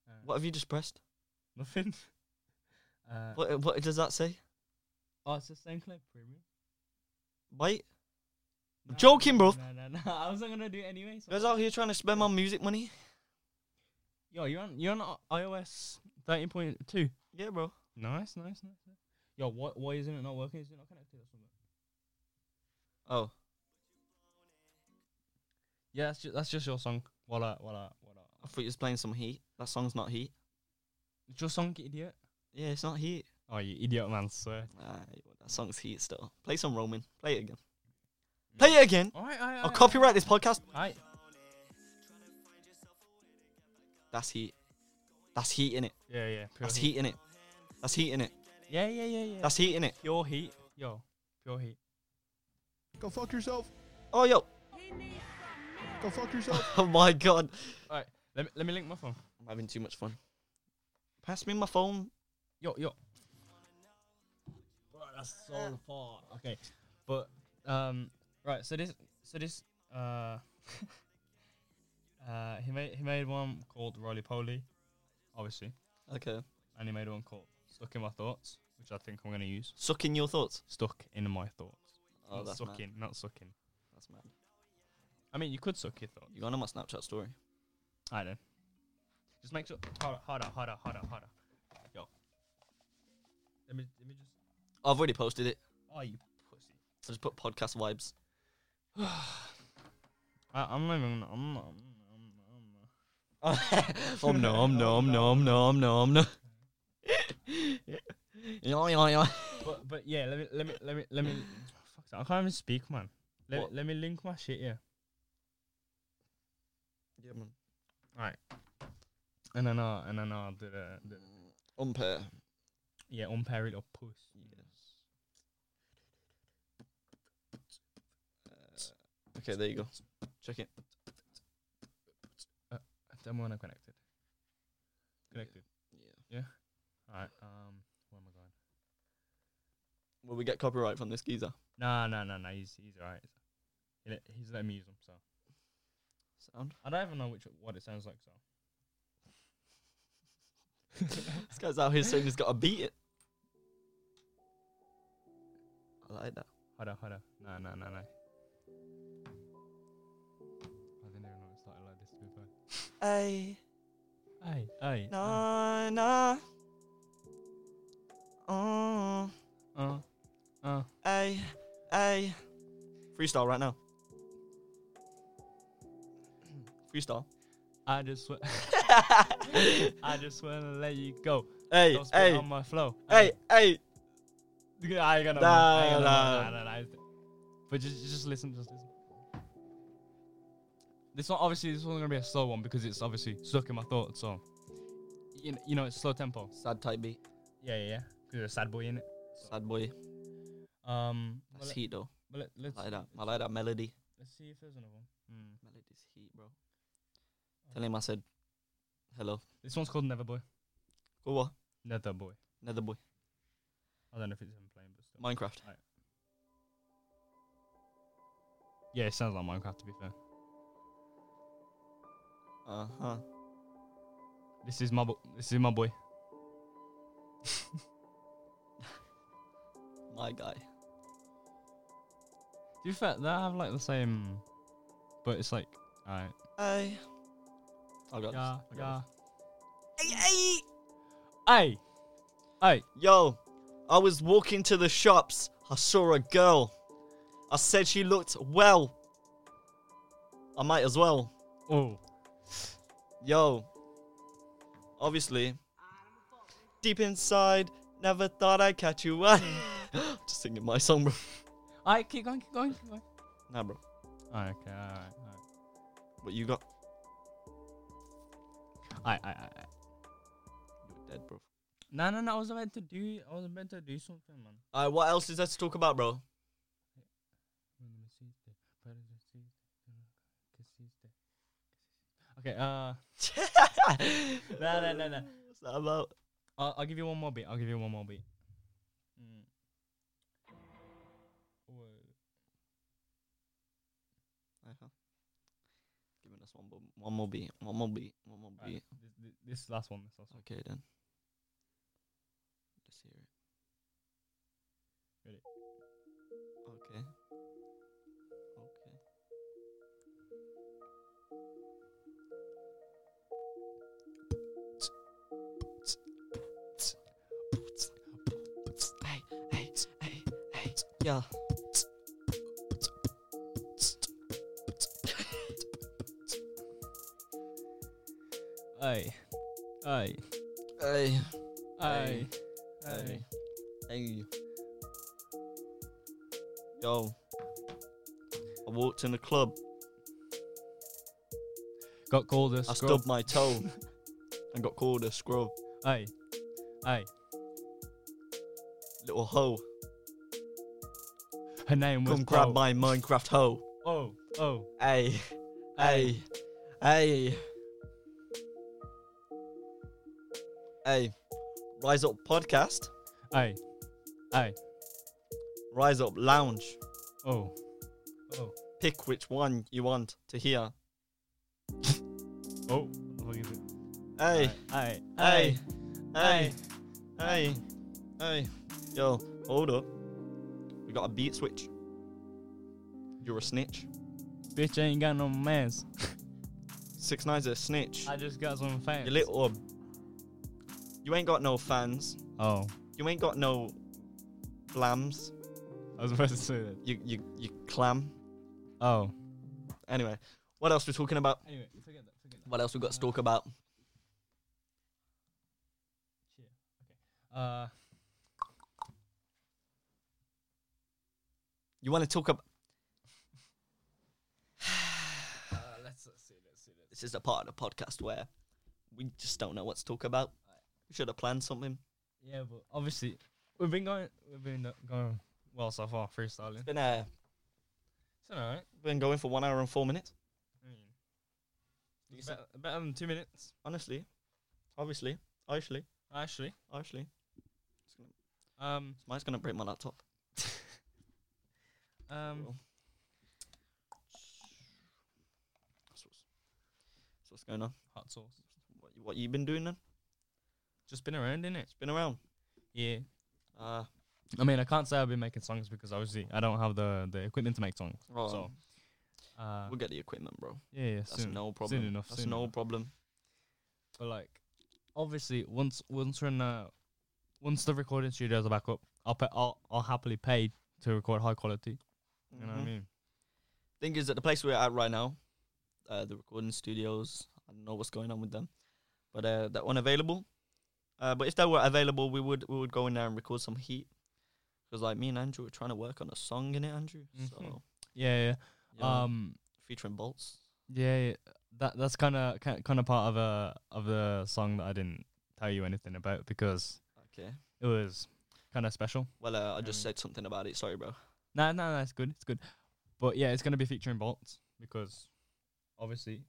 C: Uh,
B: What have you just pressed?
C: Nothing. Uh,
B: What what does that say?
C: Oh, it's the same clip, premium.
B: Bite. I'm
C: Nah,
B: joking,
C: nah,
B: bruv.
C: Nah, nah, nah. I wasn't gonna do it anyway. so-
B: You guys out here trying to spend my music money?
C: Yo, you're on you're on i- iOS thirteen point two.
B: Yeah, bro.
C: Nice, nice, nice. nice. Yo, what? Why isn't it not working? Is it not connected or something?
B: Oh,
C: Yeah, that's just, that's just your song. Voila, voila, voila.
B: I thought you was playing some heat. That song's not heat.
C: It's your song, idiot.
B: Yeah, it's not heat.
C: Oh, you idiot, man, sir.
B: Ah, that song's heat still. Play some Roman. Play it again. Play it again.
C: All right, all right.
B: I'll copyright this podcast.
C: Alright.
B: That's heat. That's heat in it.
C: Yeah, yeah. Pure
B: That's heat in it. That's heat in it.
C: Yeah, yeah, yeah, yeah.
B: That's heat in it.
C: pure heat. Yo, pure heat.
D: Go fuck yourself.
B: Oh yo.
D: Go fuck yourself.
B: Oh my god.
C: All right, let me let me link my phone.
B: I'm having too much fun. Pass me my phone.
C: Yo, yo. Bro, that's
B: Uh.
C: so far. Okay, but um, right. So this, so this, uh, uh, he made he made one called Roly Poly, obviously,
B: Okay.
C: and he made one called Stuck in My Thoughts, which I think I'm gonna use.
B: Sucking your thoughts.
C: Stuck in my thoughts.
B: Oh,
C: not
B: that's mad.
C: Mm, sucking, not sucking.
B: That's mad.
C: I mean, you could suck your thoughts.
B: You going on my Snapchat story?
C: I don't. Just make sure harder, harder, harder, harder, harder. Yo. Let me let me just.
B: I've already posted it.
C: Oh, you pussy.
B: I just put podcast vibes.
C: I, I'm not even. I'm not. I'm
B: Om nom nom nom nom nom nom. Yo yo yo.
C: not. But but yeah, let me let me let me let me. Fuck that. I can't even speak, man. Let,
B: What?
C: let me link my shit here,
B: Yeah, man.
C: and then I'll and then I'll do the, the
B: Unpair.
C: yeah unpair it or push.
B: Okay, there you go. Check it.
C: Then when I connected. Connected.
B: Yeah.
C: All right. Um. Where am I going?
B: Will we get copyright from this geezer?
C: Nah, nah, nah, nah. He's he's alright. He let, he's letting me use them, so
B: Sound.
C: I don't even know which what it sounds like. So
B: This guy's out here saying he's got to beat it. I like that.
C: hold on, hold on. Nah, nah, nah, nah. I didn't even know it started like this to be fair.
B: Hey,
C: Aye, aye.
B: nah, nah. Oh,
C: Uh, uh.
B: hey, hey. Freestyle right now. Freestyle.
C: I just, wa- I just wanna let you go.
B: Hey,
C: Don't spit
B: hey,
C: on my flow.
B: hey,
C: Aye.
B: hey.
C: I ain't gonna.
B: Nah,
C: I ain't gonna-
B: nah.
C: nah, nah, nah. But just, just listen, just listen. This one, obviously, this one's gonna be a slow one because it's obviously stuck in my thoughts. So, you, kn- you know, it's slow tempo.
B: Sad type beat.
C: Yeah, yeah, yeah. Because you're a sad boy in it.
B: Sad boy.
C: Um, well,
B: That's
C: let-
B: heat though.
C: well, let, let's
B: I like that. I like that melody.
C: let's see if there's another one. Hmm.
B: Melody's heat, bro. Tell him I said hello.
C: This one's called Never Boy.
B: Go what?
C: Nether Boy.
B: Nether boy.
C: I don't know if it's him playing, but still.
B: Minecraft.
C: yeah, it sounds like Minecraft to be fair.
B: Uh huh.
C: This is my bo- this is my boy.
B: My guy.
C: To be fair, they have like the same, but it's like alright.
B: Hey. I got this. I got
C: Hey, hey, hey.
B: this. Yo, I was walking to the shops. I saw a girl. I said she looked well. I might as well.
C: Oh,
B: Yo. Obviously. Deep inside, never thought I'd catch you. Just singing my song, bro.
C: alright, keep going, keep going, keep going.
B: Nah, bro.
C: Alright, okay, alright, alright,
B: What you got?
C: alright, alright, alright.
B: You're dead, bro.
C: No, no, no. I was meant to do. I was meant to do something, man.
B: Alright, what else is there to talk about, bro?
C: Okay. Uh, no, no, no, no.
B: What's that about?
C: I'll, I'll give you one more beat. I'll give you one more beat. Mm. Wait.
B: Uh-huh. Giving us one, bo- one more beat, one more beat, one more
C: Right,
B: beat.
C: th- th- This last one. This last one.
B: Okay then. Let's hear it.
C: Ready?
B: Okay. Okay. Hey, hey, hey, hey. Yeah.
C: Aye. Aye.
B: Hey.
C: Aye.
B: Hey. Hey. Yo. I walked in the club.
C: Got called a
B: I
C: scrub.
B: stubbed my toe and got called a scrub.
C: Aye. Aye.
B: Little hoe.
C: Her name was
B: Come grab
C: oh.
B: my Minecraft hoe.
C: Oh. Oh.
B: Hey. Hey. Hey. Hey. Rise Up Podcast.
C: Aye. Aye.
B: Rise Up Lounge.
C: Oh. Oh.
B: Pick which one you want to hear.
C: Oh. What the fuck is it?
B: Hey.
C: Aye.
B: Hey.
C: Aye.
B: Hey. Hey. Hey. Yo. Hold up. We got a beat switch. You're a snitch.
C: Bitch ain't got no mans.
B: Six Nine's a snitch.
C: I just got some fans.
B: You little. Um, you ain't got no fans.
C: Oh.
B: You ain't got no blams.
C: I was about to say that.
B: You you you clam.
C: Oh.
B: Anyway, what else we talking about?
C: Anyway, forget that. Forget
B: What else we got to talk about?
C: that. Uh.
B: You want to talk about?
C: uh let's, let's see. Let's see. Let's
B: This is the part of the podcast where we just don't know what to talk about. We should have planned something.
C: Yeah, but obviously we've been going. We've been uh, going well so far freestyling.
B: It's been uh,
C: It's alright.
B: been going for one hour and four minutes.
C: I mean,
B: You
C: it's
B: said-
C: better, better than two minutes,
B: Honestly, obviously, actually,
C: actually.
B: actually,
C: Um.
B: mine's gonna break my laptop.
C: Um.
B: Cool. That's what's, that's what's going on.
C: Hot sauce.
B: What, what you been doing then?
C: Just been around, innit?
B: It's been around.
C: Yeah.
B: Uh,
C: I mean, I can't say I've been making songs because obviously I don't have the, the equipment to make songs.
B: well,
C: So, Uh,
B: we'll get the equipment, bro.
C: yeah, yeah,
B: That's
C: soon.
B: no problem.
C: enough,
B: That's
C: soon
B: no
C: enough.
B: problem.
C: But like, obviously, once once we're in the once the recording studios are back up, I'll pay, I'll, I'll happily pay to record high quality. You know what I
B: Mhm.
C: mean?
B: Thing is, at the place we're at right now, uh, the recording studios, I don't know what's going on with them, but uh, they're unavailable. Uh, but if they were available, we would we would go in there and record some heat. Because like me and Andrew were trying to work on a song in it, Andrew.
C: Mhm.
B: So
C: Yeah,
B: you know,
C: yeah. Um,
B: featuring bolts.
C: yeah, yeah. That that's kind of kind of part of a of the song that I didn't tell you anything about because
B: Okay.
C: it was kind of special.
B: Well, uh, I
C: I
B: just
C: mean-
B: said something about it. Sorry, bro.
C: No, no, no, it's good. It's good. But yeah, it's gonna be featuring Bolts because obviously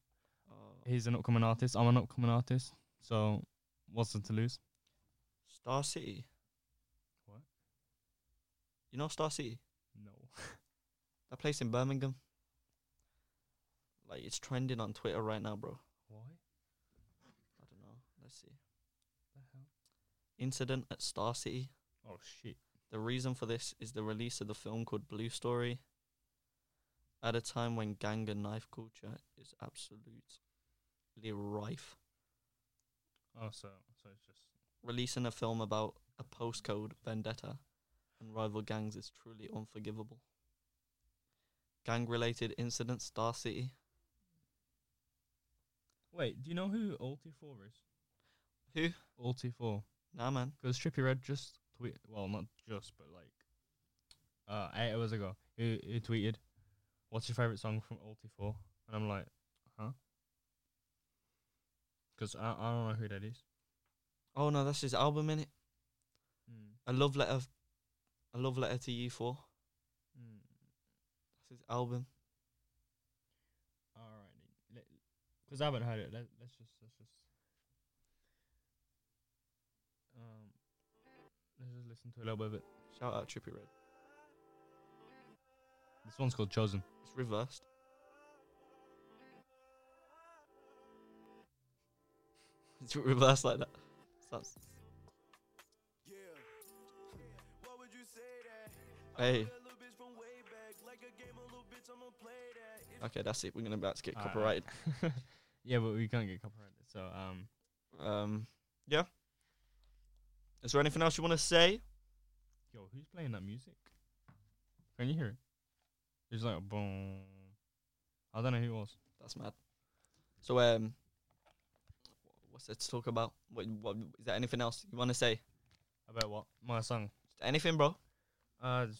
C: Oh. he's an upcoming artist. I'm an upcoming artist, so what's there to lose?
B: Star City.
C: What?
B: You know Star City?
C: No.
B: That place in Birmingham. Like it's trending on Twitter right now, bro.
C: Why?
B: I don't know. Let's see.
C: The hell?
B: Incident at Star City.
C: Oh shit.
B: The reason for this is the release of the film called Blue Story. At a time when gang and knife culture is absolutely rife,
C: Oh, so so it's just
B: releasing a film about a postcode vendetta and rival gangs is truly unforgivable. Gang related incidents, Star City.
C: wait. Do you know who Ulti Four is?
B: Who?
C: Ulti Four?
B: Nah, man.
C: Because Trippy Red just tweet. Well, not just, but like, uh, eight hours ago, he, he tweeted, "What's your favorite song from Ulti Four? And I'm like, huh? Because I I don't know who that is.
B: Oh no, that's his album in it.
C: Mm.
B: A love letter, f- a love letter to you four.
C: Mm.
B: That's his album.
C: Alrighty. Because I haven't heard it. Let, let's just let's just um let's just listen to a little bit of it.
B: Shout out Trippy Red.
C: This one's called Chosen.
B: It's reversed. It's reversed like that. That's-
A: Yeah. Why would you say that?
B: Hey.
A: That little bitch from way back. Like a game of little bitch, I'ma play that. If
B: Okay, that's it. We're gonna about to get
C: All right, all right.
B: copyrighted.
C: yeah, but we can't get copyrighted. So um
B: Um, yeah. Is there anything else you want to say?
C: yo, who's playing that music? Can you hear it? It's like a boom. I don't know who it was.
B: That's mad. So um, what's there to talk about? What, what is there anything else you want to say?
C: About what? My song.
B: Anything, bro?
C: Uh, it's-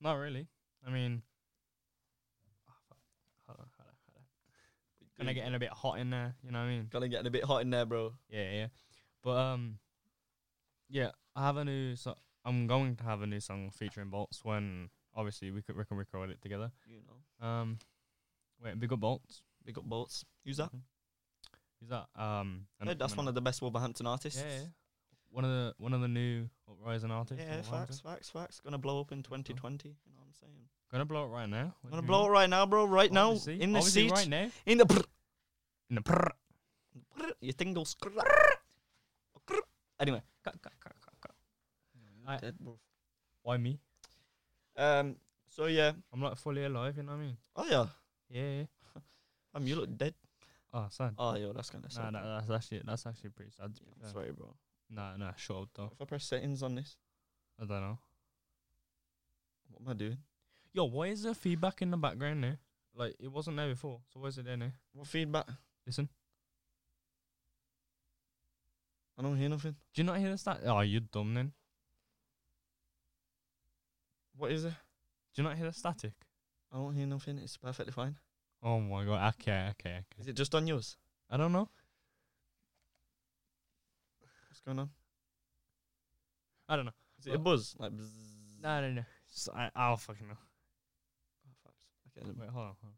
C: not really. I mean, oh, fuck. Hold on, hold on, hold on. Kinda getting a bit hot in there. You know what I mean?
B: Gonna get a bit hot in there, bro.
C: Yeah, yeah. But um, yeah, I have a new. So I'm going to have a new song featuring Bolts when obviously we could we can record it together.
B: You know,
C: Um, wait, big up Bolts.
B: big up bolts. Who's that?
C: Is that um? an
B: Hey, that's
C: upcoming-
B: one of the best Wolverhampton artists.
C: yeah, yeah. One of the one of the new uprising artists.
B: Yeah,
C: from Wolverhampton.
B: facts, facts, facts. Gonna blow up in
C: cool.
B: 2020. You know what I'm saying?
C: Gonna blow it right now. What do
B: Gonna
C: you
B: blow
C: mean?
B: it right now, bro. Right now,
C: Obviously-
B: in the
C: obviously
B: seat,
C: Right now.
B: in the brr,
C: In the prrr.
B: brr, your thing goes. Grrr, grrr. Anyway,
C: I-
B: Dead, bro.
C: Why me?
B: um. So yeah.
C: I'm like fully alive, you know what I mean?
B: Oh yeah.
C: Yeah. yeah.
B: Um, you look dead.
C: Oh, sad.
B: Oh yo, that's kind of
C: nah,
B: sad.
C: nah, that's actually that's actually pretty sad. to be fair.
B: Yeah, I'm sorry, bro.
C: Nah, nah, shut up though.
B: If I press settings on this,
C: I don't know.
B: what am I doing?
C: Yo, why is there feedback in the background now? Like it wasn't there before, so why is it there now?
B: What feedback?
C: Listen,
B: I don't hear nothing.
C: do you not hear the stat? Oh, you dumb then.
B: What is it?
C: Do you not hear the static?
B: I don't hear nothing. It's perfectly fine.
C: Oh my god. Okay, okay, okay.
B: Is it just on yours?
C: I don't know.
B: What's going on?
C: I don't know.
B: Is it a
C: Well-
B: buzz? Like bzzz.
C: No, no, no. S- I, I'll fucking know.
B: Oh, facts. Okay. then.
C: Wait, hold on. Hold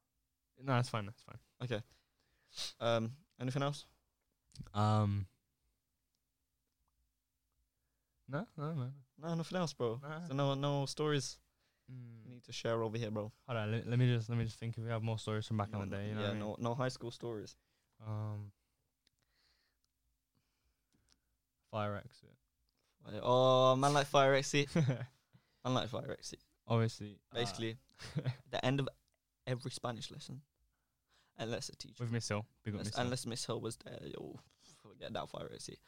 C: on. No, it's fine. That's fine.
B: Okay. Um. Anything else?
C: Um. No, no, no.
B: No, nothing else, bro.
C: Nah.
B: So no, no stories
C: Mm.
B: you need to share over here, bro.
C: Hold on, let, let me just let me just think if we have more stories from back
B: No,
C: in the
B: no-
C: day. You know
B: yeah.
C: what I mean?
B: No, no high school stories.
C: Um, fire exit.
B: Like, Oh man, like fire exit. Man like fire exit.
C: Obviously, uh,
B: Basically, the end of every Spanish lesson, unless a teacher.
C: with missile, big up
B: Unless,
C: missile.
B: unless Miss Hill was there, you'll forget that fire exit.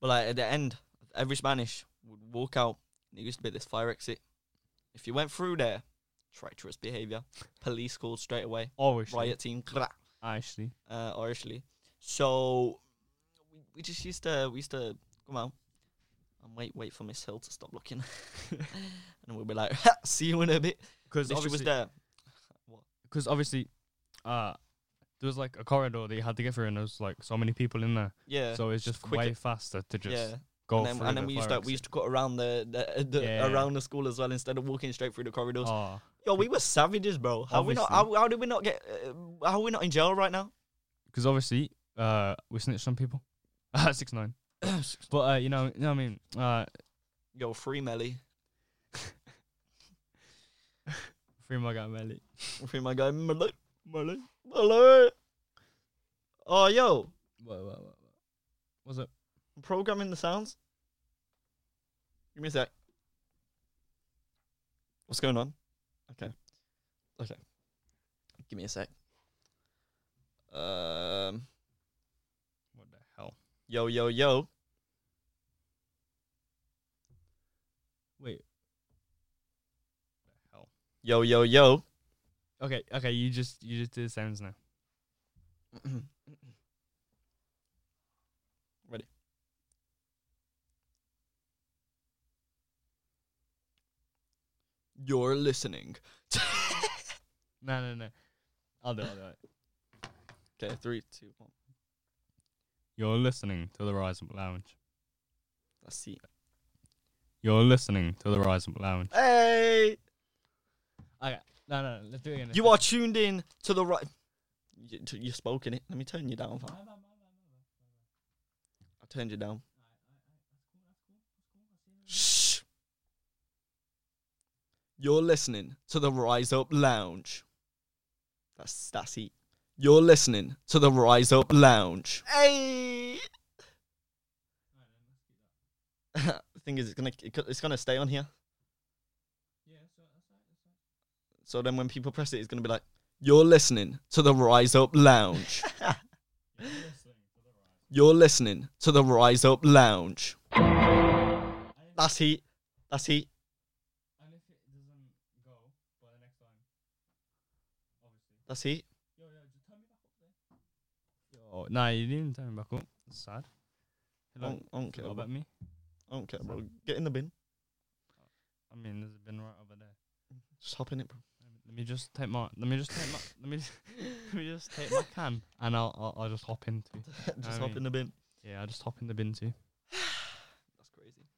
B: But like at the end, every Spanish would walk out. And it used to be this fire exit. If you went through there, treacherous behaviour. Police called straight away.
C: Obviously,
B: Riot team, uh,
C: Oh, Actually,
B: Irishly. So we, we just used to we used to come out and wait wait for Miss Hill to stop looking, and we'd be like, "See you in a bit."
C: because
B: If she was there,
C: because obviously, uh, there was like a corridor that you had to get through, and there was like so many people in there,
B: yeah,
C: so it's just
B: quicker.
C: way faster to just
B: yeah.
C: go
B: and then,
C: through.
B: and then
C: the
B: we used
C: fire
B: to we used
C: exit.
B: to cut around the, the, the
C: Yeah.
B: around the school as well instead of walking straight through the corridors.
C: Oh,
B: Yo, we were savages, bro. How we not? How,
C: Obviously.
B: how did we not get? Uh, how are we not in jail right now?
C: because obviously, uh, we snitched on people. Ah, Six nine, but uh, you know, you know what I mean. Uh,
B: Yo, free Melly,
C: free my guy Melly.
B: free my guy Melly, Melly, Melly. Oh, yo,
C: What, what, what, what? What's up?
B: I'm programming the sounds. Give me a sec. What's going on? Okay, okay. Give me a sec. Um.
C: What the hell?
B: Yo, yo, yo.
C: Wait. The hell.
B: Yo, yo, yo.
C: Okay, okay, you just you just did the sounds now.
B: Ready. You're listening.
C: No, no, no. I'll do it, I'll do it.
B: Okay, three, two, one.
C: You're listening to the Rise Up Lounge.
B: Let's see.
C: You're listening to the Rise Up Lounge.
B: Hey!
C: Okay. No, no, no, let's do it again. let's
B: You
C: do it
B: are
C: again.
B: tuned in to the right. You, t- you spoke in it. Let me turn you down. fam. I turned you down. Shh. You're listening to the Rise Up Lounge. That's that's it. You're listening to the Rise Up Lounge. Hey. the thing is, it's gonna it co- it's gonna stay on here. So then when people press it, it's gonna be like, "You're listening to the Rise Up Lounge." You're listening to the Rise Up Lounge. That's heat. That's heat.
C: And if it doesn't go by the next time, obviously.
B: That's heat.
C: Yo, yo, just turn me back up there. Yo, nah, you didn't turn me back up. That's sad.
B: I
C: Hello.
B: don't, I don't care.
C: Forgot
B: Bro.
C: about me.
B: I don't care, bro. Get in the bin.
C: I mean, there's a bin right over there.
B: Just hop in it, bro.
C: Let me just take my. Let me just take my. Let me. Just, let me just take my can, and I'll, I'll. I'll just hop into.
B: just
C: I
B: hop in
C: mean-
B: the bin.
C: Yeah, I'll just hop in the bin too.
B: That's crazy.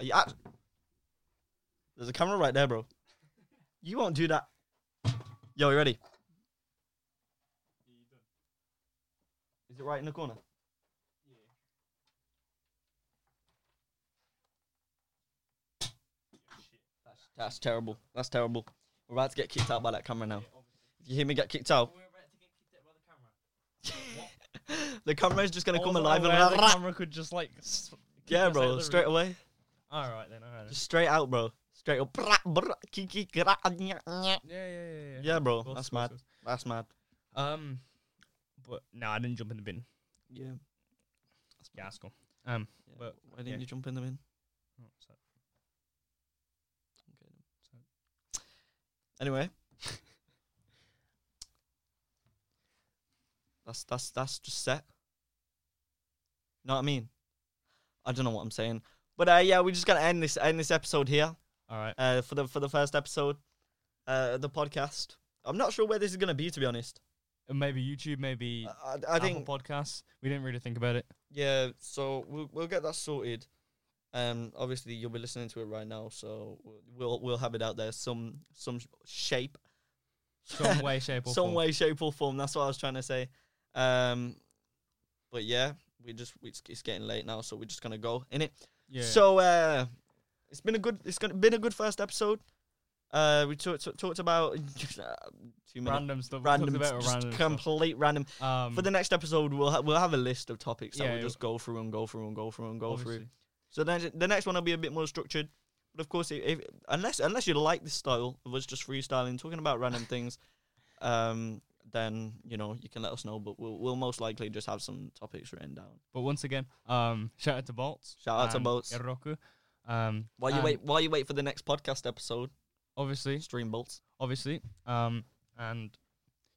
B: Are you act- There's a camera right there, bro. You won't do that. Yo, you ready? Is it right in the corner? That's, that's terrible. That's terrible. We're about to get kicked out by that camera now. If you hear me get kicked out, the camera is just gonna come alive and
C: the camera could just like.
B: yeah, bro, straight away.
C: All right then. All right.
B: Just straight out, bro. Straight up. Brah, brah, ki- ki- gra- nya- nya.
C: yeah, yeah, yeah, yeah.
B: Yeah, bro.
C: Course,
B: That's
C: course,
B: mad.
C: course.
B: That's mad.
C: Um, but no, I didn't jump in the bin.
B: Yeah.
C: Yeah, that's cool. Um,
B: But
C: But,
B: why didn't
C: yeah.
B: you jump in the bin?
C: oh, so-
B: Anyway. that's that's that's just set. Know what I mean? I don't know what I'm saying. But uh, yeah, we're just gonna end this end this episode here.
C: all right.
B: Uh, for the for the first episode, uh, the podcast. I'm not sure where this is gonna be to be honest.
C: Uh, Maybe YouTube, maybe
B: I, Uh, I- I
C: Apple
B: think
C: podcasts. We didn't really think about it.
B: yeah. So we'll we'll get that sorted. Um, obviously you'll be listening to it right now, so we'll we'll have it out there some some shape
C: Some way, shape, or
B: some
C: form.
B: way, shape, or form. That's what I was trying to say. Um, but yeah, we just we, it's, it's getting late now, so we're just gonna go in it.
C: Yeah.
B: So uh, it's been a good it's gonna, been a good first episode. Uh, we talked talked about too many
C: random stuff. we
B: random,
C: talked about
B: just
C: random stuff.
B: complete random.
C: Um,
B: For the next episode, we'll ha- we'll have a list of topics
C: Yeah,
B: that we'll
C: yeah.
B: just go through and go through and go through and go through.
C: obviously.
B: So then the next one will be a bit more structured. But of course, if, if unless unless you like this style of us just freestyling, talking about random things, um, then you know you can let us know. But we'll we'll most likely just have some topics written down.
C: But once again, um, shout out to Bolts.
B: Shout out to
C: and
B: Bolts.
C: Iroku. Um,
B: While you
C: and
B: wait, while you wait for the next podcast episode,
C: Obviously,
B: stream bolts.
C: obviously. Um, and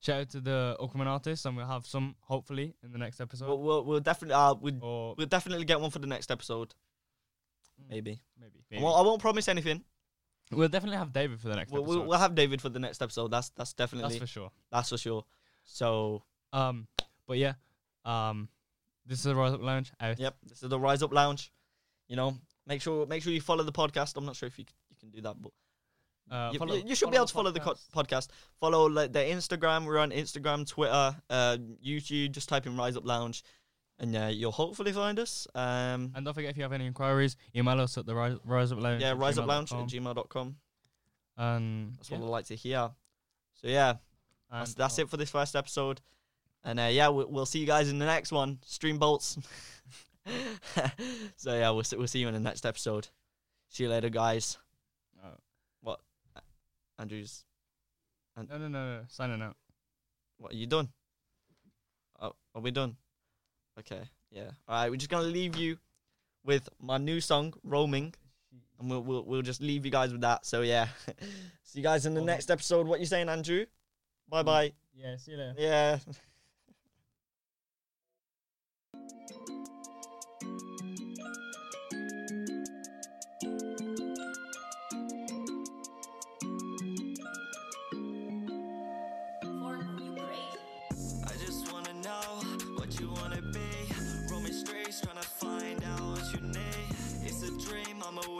C: shout out to the Okuman artists, and we'll have some hopefully in the next episode.
B: We'll we'll, we'll definitely uh, we'll,
C: or
B: we'll definitely get one for the next episode. Maybe.
C: Mm. maybe.
B: I, won't, I won't promise anything.
C: We'll definitely have David for the next
B: We'll,
C: episode.
B: we'll we'll have David for the next episode. That's that's
C: That's
B: definitely
C: for sure.
B: that's for sure. So
C: Um, but yeah, um, this is the Rise Up Lounge. Uh, Out.
B: Yep, this is the Rise Up Lounge. You know, make sure make sure you follow the podcast. I'm not sure if you c- you can do that, but
C: Uh,
B: you,
C: follow-
B: you- you should be able to follow the co-
C: podcast.
B: podcast. Follow like, their Instagram. We're on Instagram, Twitter, uh, YouTube. Just type in Rise Up Lounge, and yeah, you'll hopefully find us. Um,
C: And don't forget if you have any inquiries, email us at the Rise, rise Up Lounge.
B: yeah,
C: at
B: Rise Up Lounge
C: gmail.com.
B: at gmail.com.
C: And
B: That's
C: yeah,
B: what I like to hear. So yeah, that's,
C: and-
B: that's
C: oh,
B: it for this first episode. And uh, yeah, we, we'll see you guys in the next one. Stream bolts. so yeah, we'll see, we'll see you in the next episode. See you later, guys.
C: Oh.
B: What? Andrew's.
C: No, no, no, no. Signing out.
B: What are you done? Oh, are we done? Okay. Yeah. All right. We're just gonna leave you with my new song, "Roaming," and we'll we'll, we'll just leave you guys with that. So yeah, see you guys in the
C: Oh.
B: next episode. What you saying, Andrew? Bye bye.
C: Yeah, see you later.
B: Yeah.
A: I just wanna know what you wanna be. Roaming streets, trying to find out what you need. It's a dream, I'm aware